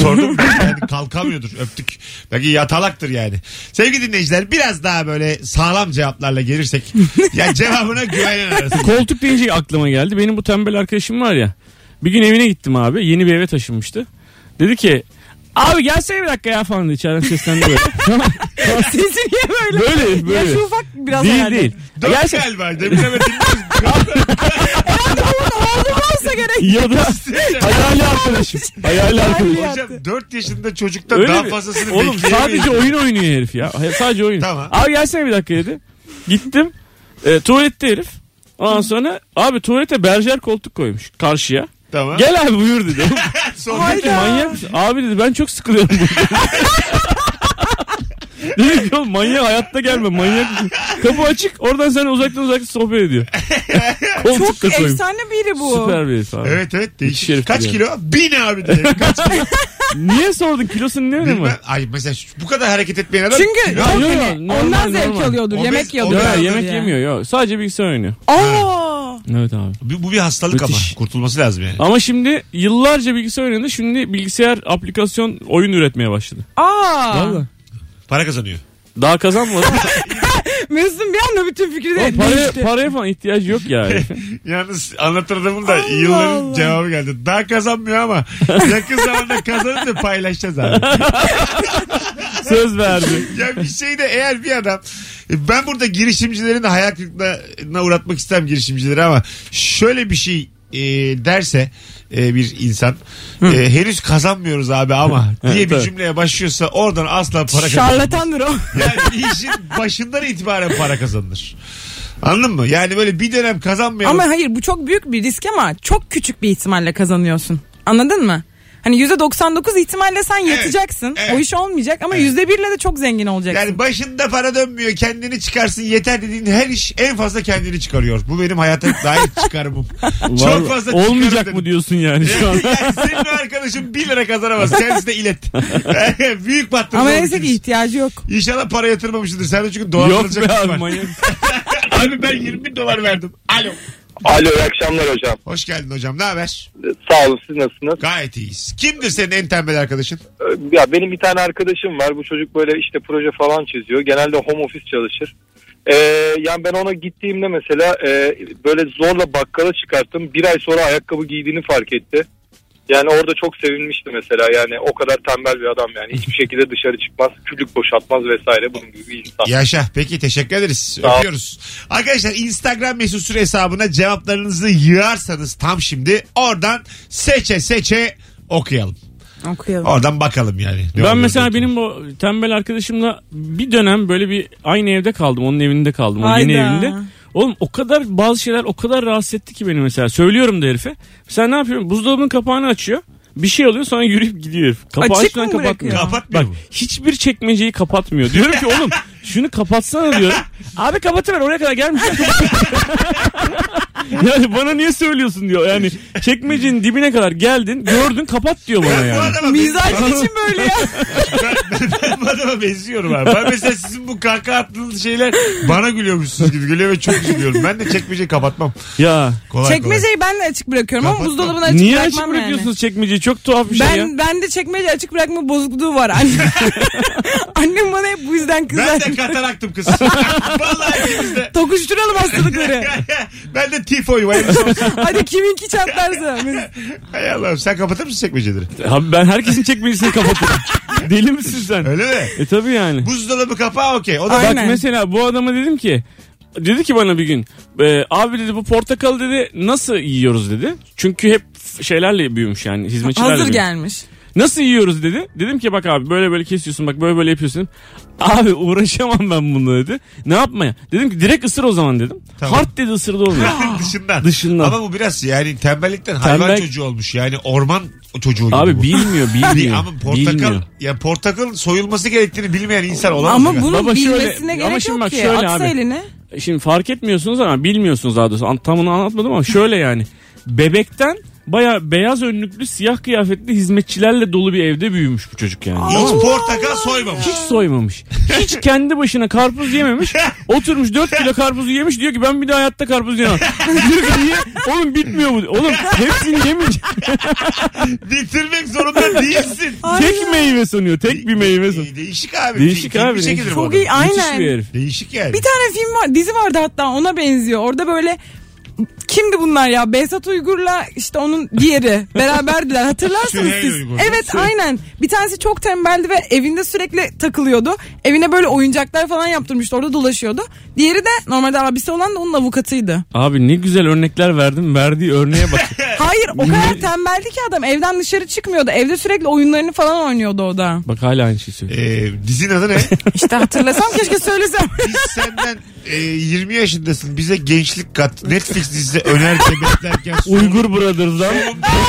Sordum. yani kalkamıyordur. Öptük. Belki yatalaktır yani. Sevgili dinleyiciler biraz daha böyle sağlam cevaplarla gelirsek. ya cevabına güvenen arasın.
Koltuk deyince aklıma geldi. Benim bu tembel arkadaşım var ya. Bir gün evine gittim abi. Yeni bir eve taşınmıştı. Dedi ki abi gelsene bir dakika ya falan dedi. İçeriden seslendi böyle.
Sesi niye böyle?
Böyle, böyle.
Yaşı ufak biraz
değil
herhalde.
değil.
Dört
Gerçekten-
galiba. Demin hemen
Oğlum olsa gerek.
Ya da hayali arkadaşım. Hayali arkadaşım.
Hayali.
Hocam 4 yaşında çocuktan
Öyle
daha
mi?
fazlasını
Oğlum sadece oyun oynuyor herif ya. Hayır, sadece oyun.
Tamam.
Abi gelsene bir dakika dedi. Gittim. E, tuvalette herif. Ondan sonra abi tuvalete berjer koltuk koymuş karşıya.
Tamam.
Gel abi buyur dedi.
Sonra-
Hayda.
manyak mısın? Abi dedi ben çok sıkılıyorum burada. Dedim ki oğlum manyak hayatta gelme manyak mısın? Kapı açık oradan sen uzaktan uzaktan sohbet ediyor.
Çok
Koltukta koymuş.
efsane biri bu.
Süper bir herif abi.
Evet evet
Müthiş herif
değişik. Kaç
yani.
kilo? Bin abi diye. Kaç kilo?
Niye sordun kilosunu ne önemi
Bilmem.
var?
Ay mesela şu- bu kadar hareket etmeyen adam.
Çünkü
Ya,
çok
yok,
hani
normal,
ondan zevk
normal.
alıyordur.
Obez-
yemek yiyordur.
obez-
Ya,
Bilmiyorum
yemek
yani.
yemiyor yok. Sadece bilgisayar oynuyor.
Aa.
Evet abi.
bu, bu bir hastalık
Müthiş.
ama. Kurtulması lazım yani.
Ama şimdi yıllarca bilgisayar oynadı. Şimdi bilgisayar aplikasyon oyun üretmeye başladı.
Aa.
Para kazanıyor.
Daha kazanmadı.
Mesut'un bir anda bütün fikri de
Ama paraya,
değişti.
paraya falan ihtiyacı yok ya. herifin.
Yalnız anlatır adamın da yılların
Allah.
cevabı geldi. Daha kazanmıyor ama yakın zamanda kazanır da paylaşacağız abi.
Söz verdi.
ya bir şey de eğer bir adam e, ben burada girişimcilerin de hayal kırıklığına uğratmak istem girişimcileri ama şöyle bir şey e, derse e, bir insan e, henüz kazanmıyoruz abi ama diye bir
Evet.
cümleye başlıyorsa oradan asla para kazanılmaz.
Şarlatandır o.
Yani işin başından itibaren para kazanılır. Anladın mı? Yani böyle bir dönem kazanmayalım.
Ama hayır bu çok büyük bir risk ama çok küçük bir ihtimalle kazanıyorsun. Anladın mı? Hani %99 ihtimalle sen yatacaksın.
evet.
O iş olmayacak ama
Evet.
%1'le de çok zengin olacaksın.
Yani başında para dönmüyor kendini çıkarsın yeter dediğin her iş en fazla kendini çıkarıyor. Bu benim hayata dair çıkarımım.
Vallahi
Çok fazla çıkarım
olmayacak
dedim.
mı diyorsun yani şu an?
yani senin arkadaşın 1 lira kazanamaz. Kendisi de ilet. Büyük battırma.
ama neyse ki ihtiyacı yok.
İnşallah para yatırmamışsındır. Sen de çünkü
Yok
dolandırılacak
be abi
var.
manyak.
Abi ben 20 bin dolar verdim. Alo.
Alo iyi akşamlar hocam.
Hoş geldin hocam. Ne haber?
Sağ olun siz nasılsınız?
Gayet iyiyiz. Kimdir senin en tembel arkadaşın?
Ee, Ya benim bir tane arkadaşım var. Bu çocuk böyle işte proje falan çiziyor. Genelde home office çalışır. Ee, yani ben ona gittiğimde mesela e, böyle zorla bakkala çıkarttım. Bir ay sonra ayakkabı giydiğini fark etti. Yani orada çok sevinmişti mesela. Yani o kadar tembel bir adam yani. Hiçbir şekilde dışarı çıkmaz. Küllük boşaltmaz vesaire. Bunun gibi bir insan.
Yaşa. Peki teşekkür ederiz.
Sağ ol.
Öpüyoruz. Arkadaşlar Instagram mesut süre hesabına cevaplarınızı yığarsanız tam şimdi oradan seçe seçe okuyalım.
Okuyalım.
Oradan bakalım yani. Ne
Ben
oluyor,
mesela
ne
benim bu tembel arkadaşımla bir dönem böyle bir aynı evde kaldım. Onun evinde kaldım. O yeni
Hayda.
evinde. Oğlum o kadar bazı şeyler o kadar rahatsız etti ki beni mesela. Söylüyorum da herife. Sen ne yapıyorsun? Buzdolabının kapağını açıyor. Bir şey oluyor sonra yürüyüp gidiyor herif. Kapağı
Açık
açılan
mı
kapatmıyor.
bırakıyor?
Kapatmıyor
Bak
mu?
hiçbir çekmeceyi kapatmıyor. Diyorum ki oğlum şunu kapatsana diyorum. Abi kapatıver oraya kadar gelmiş. yani bana niye söylüyorsun diyor. Yani çekmecenin dibine kadar geldin gördün kapat diyor bana
Bu
yani.
adama
Mizacı için böyle ya.
ben, ben bu adama benziyorum abi. Ben mesela sizin bu kaka attığınız şeyler bana gülüyormuşsunuz gibi gülüyor ve çok üzülüyorum. Ben de çekmeceyi kapatmam.
Ya.
Kolay kolay.
Çekmeceyi ben de açık bırakıyorum ama
Kapatma.
buzdolabını açık
Niye açık
bırakmam
bırakıyorsunuz
yani.
çekmeceyi? Çok tuhaf bir şey ya.
Ben, ben de çekmeceyi açık bırakma bozukluğu var anne. Annem bana hep bu yüzden
Ben
kızar.
de kataraktım kız. Vallahi ikimiz de.
Tokuşturalım hastalıkları.
ben de tifoyum. hayırlısı şey olsun.
Hadi kiminki çatlarsa. Biz-
Hay Allah'ım sen kapatır mısın çekmeceleri?
Abi ben herkesin çekmecesini kapatırım. Deli misin sen?
Öyle mi?
E tabi yani.
Buzdolabı kapağı okey. O da
Aynen.
Bak mesela bu adama dedim ki dedi ki bana bir gün e, abi dedi bu portakalı dedi nasıl yiyoruz dedi. Çünkü hep f- şeylerle büyümüş yani hizmetçilerle.
Hazır
büyümüş.
gelmiş.
Nasıl yiyoruz dedi. Dedim ki bak abi böyle böyle kesiyorsun bak böyle böyle yapıyorsun. Abi uğraşamam ben bununla dedi. Ne yapmaya? Dedim ki direkt ısır o zaman dedim.
Tamam.
Hart dedi ısırdı onu.
dışından.
Dışından.
Ama bu biraz yani tembellikten hayvan
Tembel-
çocuğu olmuş. Yani orman çocuğu gibi
abi
bu.
bilmiyor bilmiyor.
Ama portakal
bilmiyor.
ya portakal soyulması gerektiğini bilmeyen insan olamaz.
Ama
yani.
bunun
Baba şöyle-
bilmesine
ama
gerek
şimdi
yok
bak
ki.
şöyle
Atsa
abi.
elini.
Şimdi fark etmiyorsunuz ama bilmiyorsunuz daha doğrusu. An- Tam onu anlatmadım ama şöyle yani. Bebekten baya beyaz önlüklü siyah kıyafetli hizmetçilerle dolu bir evde büyümüş bu çocuk yani.
Hiç portakal soymamış.
Hiç soymamış. Hiç kendi başına karpuz yememiş. Oturmuş 4 kilo karpuzu yemiş diyor ki ben bir daha hayatta karpuz yemem. diyor ki niye? Oğlum bitmiyor mu? Oğlum hepsini yemiş.
Bitirmek zorunda değilsin.
Tek meyve sanıyor. Tek bir meyve sanıyor.
Ee, Değişik abi.
Değişik
Film-
abi,
film
ne?
çekilir bu
Çok
adam.
iyi.
Müthiş bir
Aynen.
herif.
Değişik yani.
Bir tane film var, dizi vardı hatta ona benziyor. Orada böyle kimdi bunlar ya? Behzat Uygur'la işte onun diğeri
Şey,
beraberdiler. Hatırlarsınız
Süheyl
siz.
Uygur.
Evet aynen. Bir tanesi çok tembeldi ve evinde sürekli takılıyordu. Evine böyle oyuncaklar falan yaptırmıştı. Orada dolaşıyordu. Diğeri de normalde abisi olan da onun avukatıydı.
Abi ne güzel örnekler verdim. Verdiği örneğe bak.
Hayır o kadar tembeldi ki adam evden dışarı çıkmıyordu. Evde sürekli oyunlarını falan oynuyordu o da.
Bak hala aynı şeyi söylüyor.
Ee, dizinin adı ne?
İşte hatırlasam keşke söylesem.
Biz senden e, 20 yaşındasın. Bize gençlik kat. Netflix dizisi önerken beklerken
Uygur Brothers'dan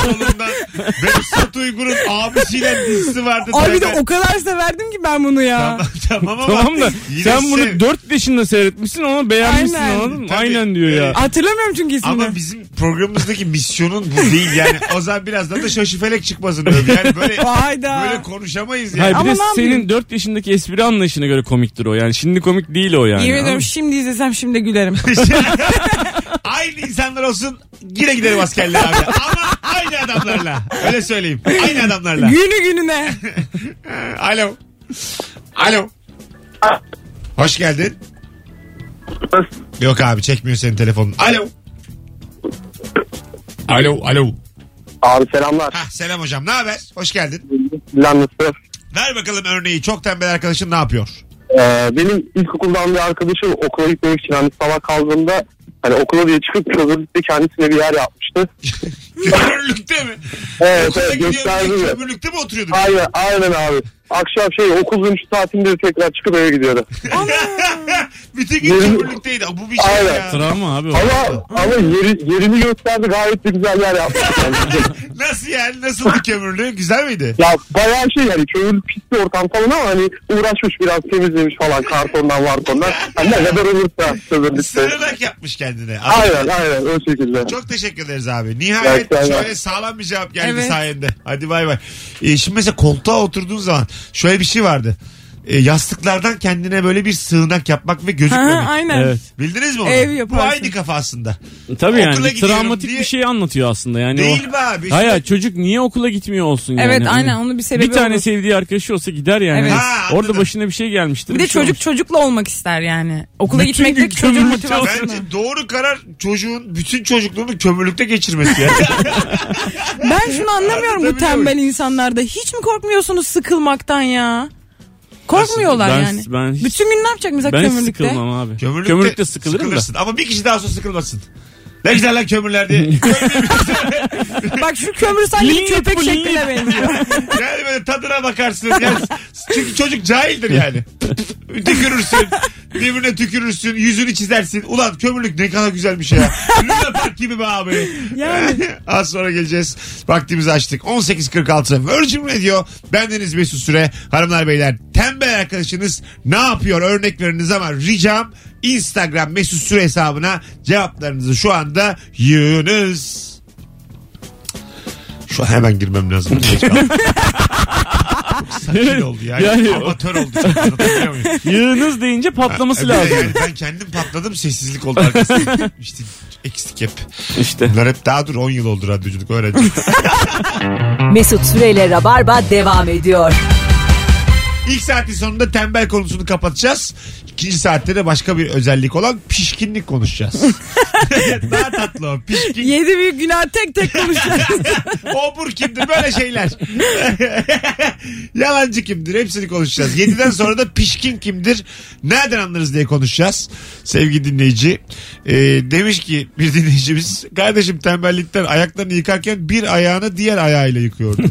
Solundan Behzat Uygur'un abisiyle dizisi vardı.
Abi de
Sen
o kadar severdim ki ben bunu ya.
Tamam, tamam ama.
Tamam da
yine
sen bunu
sev-
4 yaşında seyretmişsin ama beğenmişsin
Aynen.
anladın mı?
Tabii.
Aynen diyor ya.
Evet.
Hatırlamıyorum çünkü ismini.
Ama bizim programımızdaki misyonun bu değil yani. O zaman birazdan da şaşifelek çıkmasın. öv. Yani böyle,
Hayda.
böyle konuşamayız yani.
Hayır, bir
Ama
de
ne yapayım?
senin 4 yaşındaki espri anlayışına göre komiktir o. Yani şimdi komik değil o yani.
Yemin
Anladın
ediyorum
mı?
şimdi izlesem şimdi gülerim.
aynı insanlar olsun yine giderim askerliğe abi. Ama aynı adamlarla. Öyle söyleyeyim. Aynı adamlarla. Ee,
Günü gününe.
Alo. Alo. Hoş geldin. Yok abi çekmiyor senin telefonun. Alo. Alo, alo.
Abi selamlar.
Hah, selam hocam. Ne haber? Hoş geldin.
Lan
Ver bakalım örneği. Çok tembel arkadaşın ne yapıyor?
Ee, benim ilkokuldan bir arkadaşım okula gitmemek için hani sabah kaldığında hani okula diye çıkıp kömürlükte kendisine bir yer yapmıştı.
Kömürlükte mi?
Evet,
Okula
evet,
gidiyorum
gösterdi
diye
mi?
Kömürlükte mi oturuyordun?
Aynen, aynen abi. Akşam şey okul dönüşü saatinde tekrar çıkıp eve gidiyordu.
Bütün gün birlikteydi. Bu bir şey
Aynen.
ya.
Travma abi o.
Ama, ama yeri, yerini gösterdi gayet de güzel yer yaptı. Yani.
Nasıl yani? Nasıl bir kömürlü? Güzel miydi?
ya bayağı şey yani köyün pis bir ortam falan ama hani uğraşmış biraz temizlemiş falan kartondan vartondan. Hani ne kadar olursa sömürlükte.
Sığınak yapmış kendine.
Aynen aynen o şekilde.
Çok teşekkür ederiz abi. Nihayet
İyi akşamlar.
şöyle sağlam bir cevap geldi
Evet.
sayende. Hadi bay bay. Ee, şimdi mesela koltuğa oturduğun zaman şöyle bir şey vardı. Ee, yastıklardan kendine böyle bir sığınak yapmak ve
Ha,
gözükmemek.
aynen.
Evet.
Bildiniz mi onu?
Ev
Bu
yaparsın.
aynı kafa aslında. Okula
Tabii yani
gidiyorum
travmatik
diye-
bir şey anlatıyor aslında yani.
Değil
o...
mi abi? İşte-
Hayır çocuk niye okula gitmiyor olsun yani?
Evet,
Hani
aynen, onun bir sebebi
Bir tane
olur.
sevdiği arkadaşı olsa gider yani.
Evet.
Ha, anladım.
Orada başına bir şey gelmiştir.
Bir de
şey
çocuk
olmuş.
çocukla olmak ister yani. Okula
Bütün
gitmekte
gün
çocuğun
kömürlükte
motivasyonu.
Bence doğru karar çocuğun bütün çocukluğunu kömürlükte geçirmesi. Yani.
Ben şunu anlamıyorum bu
Anlatabiliyor
tembel insanlarda. Hiç mi korkmuyorsunuz sıkılmaktan ya? Korkmuyorlar
Ben-
yani.
ben hiç-
Bütün gün ne yapacak mesela
ben hiç
kömürlükte?
sıkılmam abi.
kömürlükte,
kömürlükte sıkılırım da.
sıkılırsın. Ama bir kişi daha sonra sıkılmasın. Ne güzel lan kömürler diye.
Bak şu kömür sanki
Niye
köpek
bu, niye?
şekline benziyor.
Yani böyle tadına bakarsın. Yani çünkü çocuk cahildir yani. tükürürsün. Birbirine tükürürsün. Yüzünü çizersin. Ulan kömürlük ne kadar güzel bir şey ya. Luna Park gibi be abi.
Yani.
Az sonra geleceğiz. Vaktimizi açtık. 18.46 Virgin Radio. Bendeniz Mesut Süre. Hanımlar beyler tembel arkadaşınız ne yapıyor? Örnek veriniz ama ricam Instagram Mesut Süre hesabına cevaplarınızı şu anda yığınız. Şu an hemen girmem lazım. Geç kaldım. Sakin şey oldu ya.
Yani-
Amatör oldu. Anlatabiliyor muyum?
Yığınız deyince patlaması
Bir de
lazım.
yani ben kendim patladım sessizlik oldu arkasında. işte eksik hep.
İşte.
Bunlar hep daha dur 10 yıl oldu radyoculuk öğrenci.
Mesut Süreyle Rabarba devam ediyor.
İlk saatin sonunda tembel konusunu kapatacağız. İkinci saatte de başka bir özellik olan pişkinlik konuşacağız. daha tatlı o pişkin.
Yedi büyük günah tek tek konuşacağız.
Obur kimdir böyle şeyler. Yalancı kimdir hepsini konuşacağız. 7'den sonra da pişkin kimdir nereden anlarız diye konuşacağız. Sevgili dinleyici e, demiş ki bir dinleyicimiz kardeşim tembellikten ayaklarını yıkarken bir ayağını diğer ayağıyla yıkıyordu.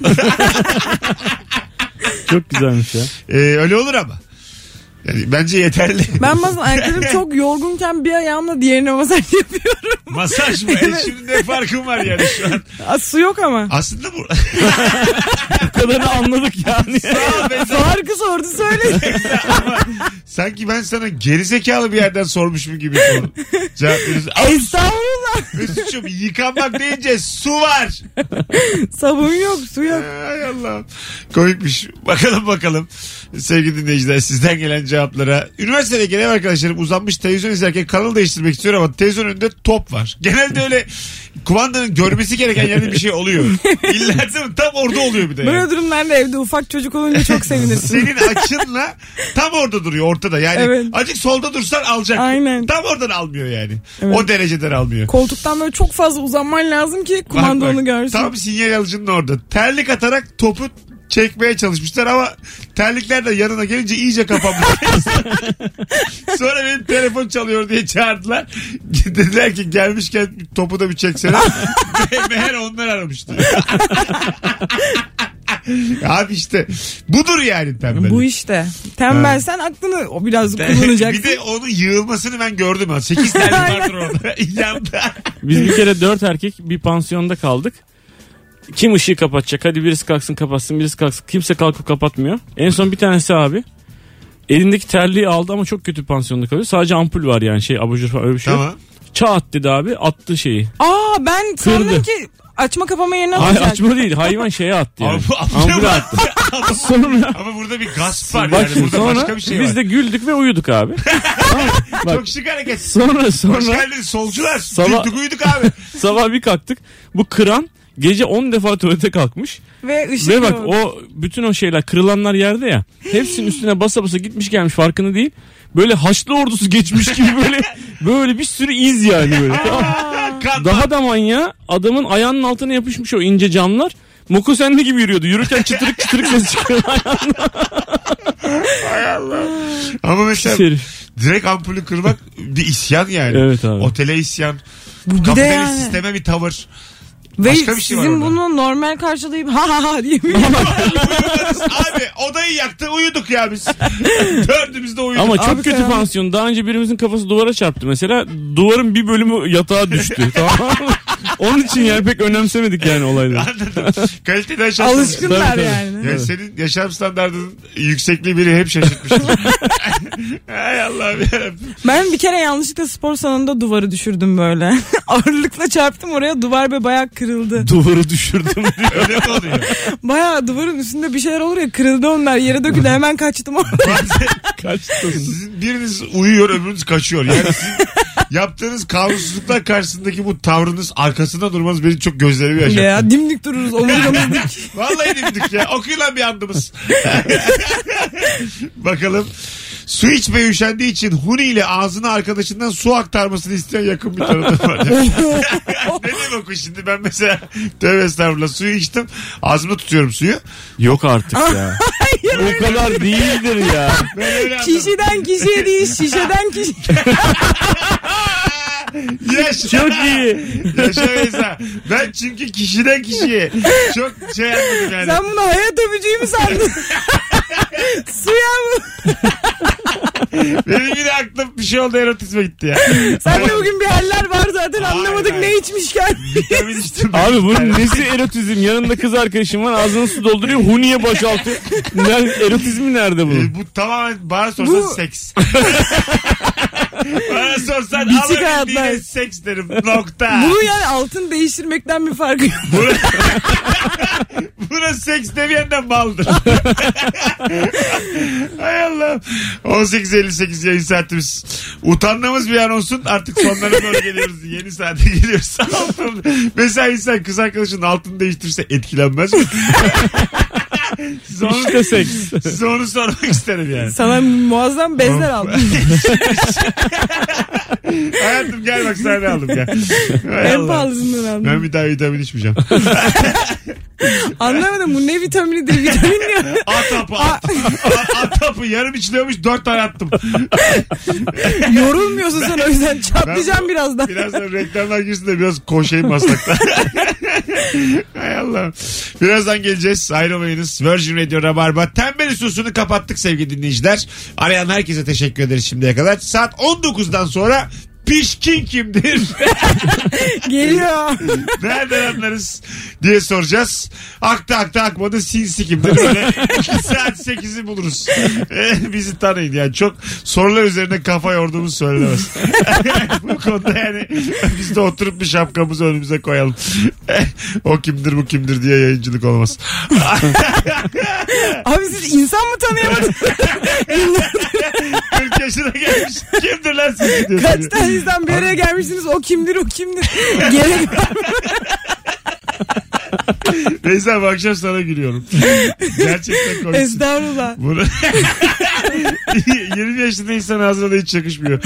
Çok güzelmiş ya.
E, öyle olur ama. Yani bence yeterli.
ben bazen ayaklarım çok yorgunken bir ayağımla diğerine masaj yapıyorum.
Masaj mı? E, Şimdi ne farkın var yani şu an?
Aa, Su yok ama.
Aslında bu.
Bu kadarını anladık yani.
Farkı sordu söyle.
Sanki ben sana gerizekalı bir yerden sormuşum gibi konu. Cevap veriyorsun. Ay
Estağfurullah.
Mesut'cum yıkanmak deyince su var.
Sabun yok su yok.
Ay Allah'ım. Komikmiş. Bakalım bakalım. Sevgili dinleyiciler sizden gelen cevaplara. Üniversitede genel arkadaşlarım uzanmış televizyon izlerken kanal değiştirmek istiyor ama televizyon önünde top var. Genelde öyle kumandanın görmesi gereken yerde bir şey oluyor. İlla değil mi? tam orada oluyor bir de. yani.
Böyle durumlarda evde ufak çocuk olunca çok sevinirsin.
Senin açınla tam orada duruyor ortada. Yani
Evet.
azıcık solda dursan alacak.
Aynen.
Tam oradan almıyor yani.
Evet.
O dereceden almıyor.
Koltuktan böyle çok fazla uzanman lazım ki
Bak,
kumanda
bak.
onu görsün.
Tam sinyal alıcının orada. Terlik atarak topu çekmeye çalışmışlar ama terlikler de yanına gelince iyice kapanmış. Sonra benim telefon çalıyor diye çağırdılar. Dediler ki gelmişken topu da bir çeksene. Me- Meğer onlar aramıştı. Abi işte budur yani tembellik.
Bu işte. Tembelsen aklını o biraz kullanacaksın.
Bir de onun yığılmasını ben gördüm. ha. Sekiz tane vardır orada. Yanda.
Biz bir kere dört erkek bir pansiyonda kaldık. Kim ışığı kapatacak? Hadi birisi kalksın kapatsın birisi kalksın. Kimse kalkıp kapatmıyor. En son bir tanesi abi. Elindeki terliği aldı ama çok kötü bir pansiyonda kalıyor. Sadece ampul var yani şey abajur falan öyle bir şey. yok.
Tamam.
Çat dedi abi attı şeyi.
Aa ben sandım
Kırdı.
ki açma kapama yerine
Ay,
olacak.
açma değil hayvan şeye attı yani.
Ama- ama-
Ampulü attı. Sonra
Ama burada bir gasp var
bak
yani.
şimdi
Burada
sonra
başka bir şey
biz
var.
de güldük ve uyuduk abi. Tamam mı? bak
Çok şık hareket.
sonra
Hoş
sonra
geldiniz solcular.
Sabah-
Duyduk uyuduk abi.
sabah bir kalktık. Bu kıran gece 10 defa tuvalete kalkmış.
Ve ışık
Ve bak
yok.
o bütün o şeyler kırılanlar yerde ya. Hepsinin üstüne basa basa gitmiş gelmiş farkında değil. Böyle Haçlı ordusu geçmiş gibi böyle böyle bir sürü iz yani böyle. tamam mı?
Kan-
Daha da manya adamın ayağının altına yapışmış o ince camlar. Moko sende gibi yürüyordu. Yürürken çıtırık çıtırık ses çıkıyor.
Ama mesela
Herif.
direkt ampulü kırmak bir isyan yani.
Şey- Evet abi.
Otele isyan.
bir de
Kapitalist
yani.
sisteme bir tavır.
Ve
Başka bir şey var
sizin
orada.
bunu normal karşılayıp ha ha ha diye mi?
Uyumadınız. Abi odayı yaktı uyuduk ya biz. Dördümüz de uyuduk.
Ama çok
Abi
kötü
sen-
pansiyon. Daha önce birimizin kafası duvara çarptı mesela. Duvarın bir bölümü yatağa düştü. tamam mı? Onun için yani pek önemsemedik yani olayları.
Anladım. Kaliteli aşağı.
Alışkınlar
tabii.
yani.
Ya senin yaşam standartının yüksekliği beni hep şaşırtmıştır. Hay Allah'ım yarabbim.
Ben bir kere yanlışlıkla spor salonunda duvarı düşürdüm böyle. Ağırlıkla çarptım oraya duvar ve bayağı kırıldı.
Duvarı düşürdüm.
Öyle mi oluyor?
Bayağı duvarın üstünde bir şeyler olur ya kırıldı onlar yere döküldü hemen kaçtım orada.
Kaçtın.
Sizin biriniz uyuyor öbürünüz kaçıyor. Yani sizin yaptığınız kanunsuzluklar karşısındaki bu tavrınız arkasında durmanız beni çok gözlerimi yaşarttı.
ya dimdik dururuz omurgamız dik.
Vallahi dimdik ya. Okuyun lan bir andımız. Bakalım. Su içmeye üşendiği için Huni ile ağzına arkadaşından su aktarmasını isteyen yakın bir tanıdığım var. ne demek o şimdi? Ben mesela tövbe estağfurullah suyu içtim. Ağzımda tutuyorum suyu.
Yok artık ya. o kadar değildir ya.
Ben öyle anladım.
Kişiden kişiye değil şişeden kişiye.
Yaşa.
Çok iyi.
Yaşa Beyza. Ben çünkü kişiden kişiye çok şey yapmadım yani.
Sen bunu hayat öpücüğü mü sandın? Suya mı?
Benim yine aklım bir şey oldu erotizme gitti ya.
Sen de bugün bir haller var zaten anlamadık
Vay vay.
ne içmişken.
Vitamin içtim.
Abi bunun nesi erotizm? Yanında kız arkadaşım var ağzını su dolduruyor. Huniye boşaltıyor. Nerede, erotizmi nerede bunun?
Ee, bu tamamen bana sorsan
Bu-
seks. bana sorsan
Bitik
Allah'ın
hayatlar.
dine seks derim. Nokta.
Bunu yani altın değiştirmekten bir farkı yok.
Buna seks demeyen de maldır. Hay Allah. 18.58 yayın saatimiz. Utandığımız bir an olsun artık sonlara doğru geliyoruz. Yeni saate geliyoruz. Altın- Mesela insan kız arkadaşının altını değiştirirse etkilenmez mi? size, onu,
İşte seks.
size onu sormak isterim yani.
Sana muazzam bezler aldım.
Hayatım gel bak sana ne aldım gel. Hay
en
Allah.
pahalısından aldım.
Ben bir daha vitamin içmeyeceğim.
Anlamadım bu ne vitaminidir vitamin ya.
At hapı at. At hapı yarım içiliyormuş dört tane attım.
Yorulmuyorsun sen o yüzden çatlayacağım birazdan.
Birazdan reklamlar girsin de biraz koşayım maslakta. Hay Allah. Birazdan geleceğiz. Ayrılmayınız. Virgin Radio Rabarba. Tembel hususunu kapattık sevgili dinleyiciler. Arayan herkese teşekkür ederiz şimdiye kadar. Saat 19'dan sonra pişkin kimdir?
Geliyor.
Nereden anlarız diye soracağız. Akta akta akmadı sinsi kimdir? Böyle 2 saat 8'i buluruz. Eh, bizi tanıyın yani. Çok sorular üzerine kafa yorduğumuz söylenemez. bu konuda yani biz de oturup bir şapkamızı önümüze koyalım. Eh, o kimdir bu kimdir diye yayıncılık olmaz.
Abi siz insan mı tanıyamadınız?
40 yaşına gelmiş. Kimdir lan sinsi diyor.
Kaç tane insan bir araya gelmişsiniz o kimdir o kimdir. Gerek
Beyza bu akşam sana gülüyorum. Gerçekten komiksin.
estağfurullah.
Bunu... 20 yaşında insan ağzına da hiç yakışmıyor.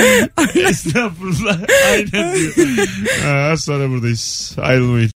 Estağfurullah. Aynen diyor. Aa, az sonra buradayız. Ayrılmayın.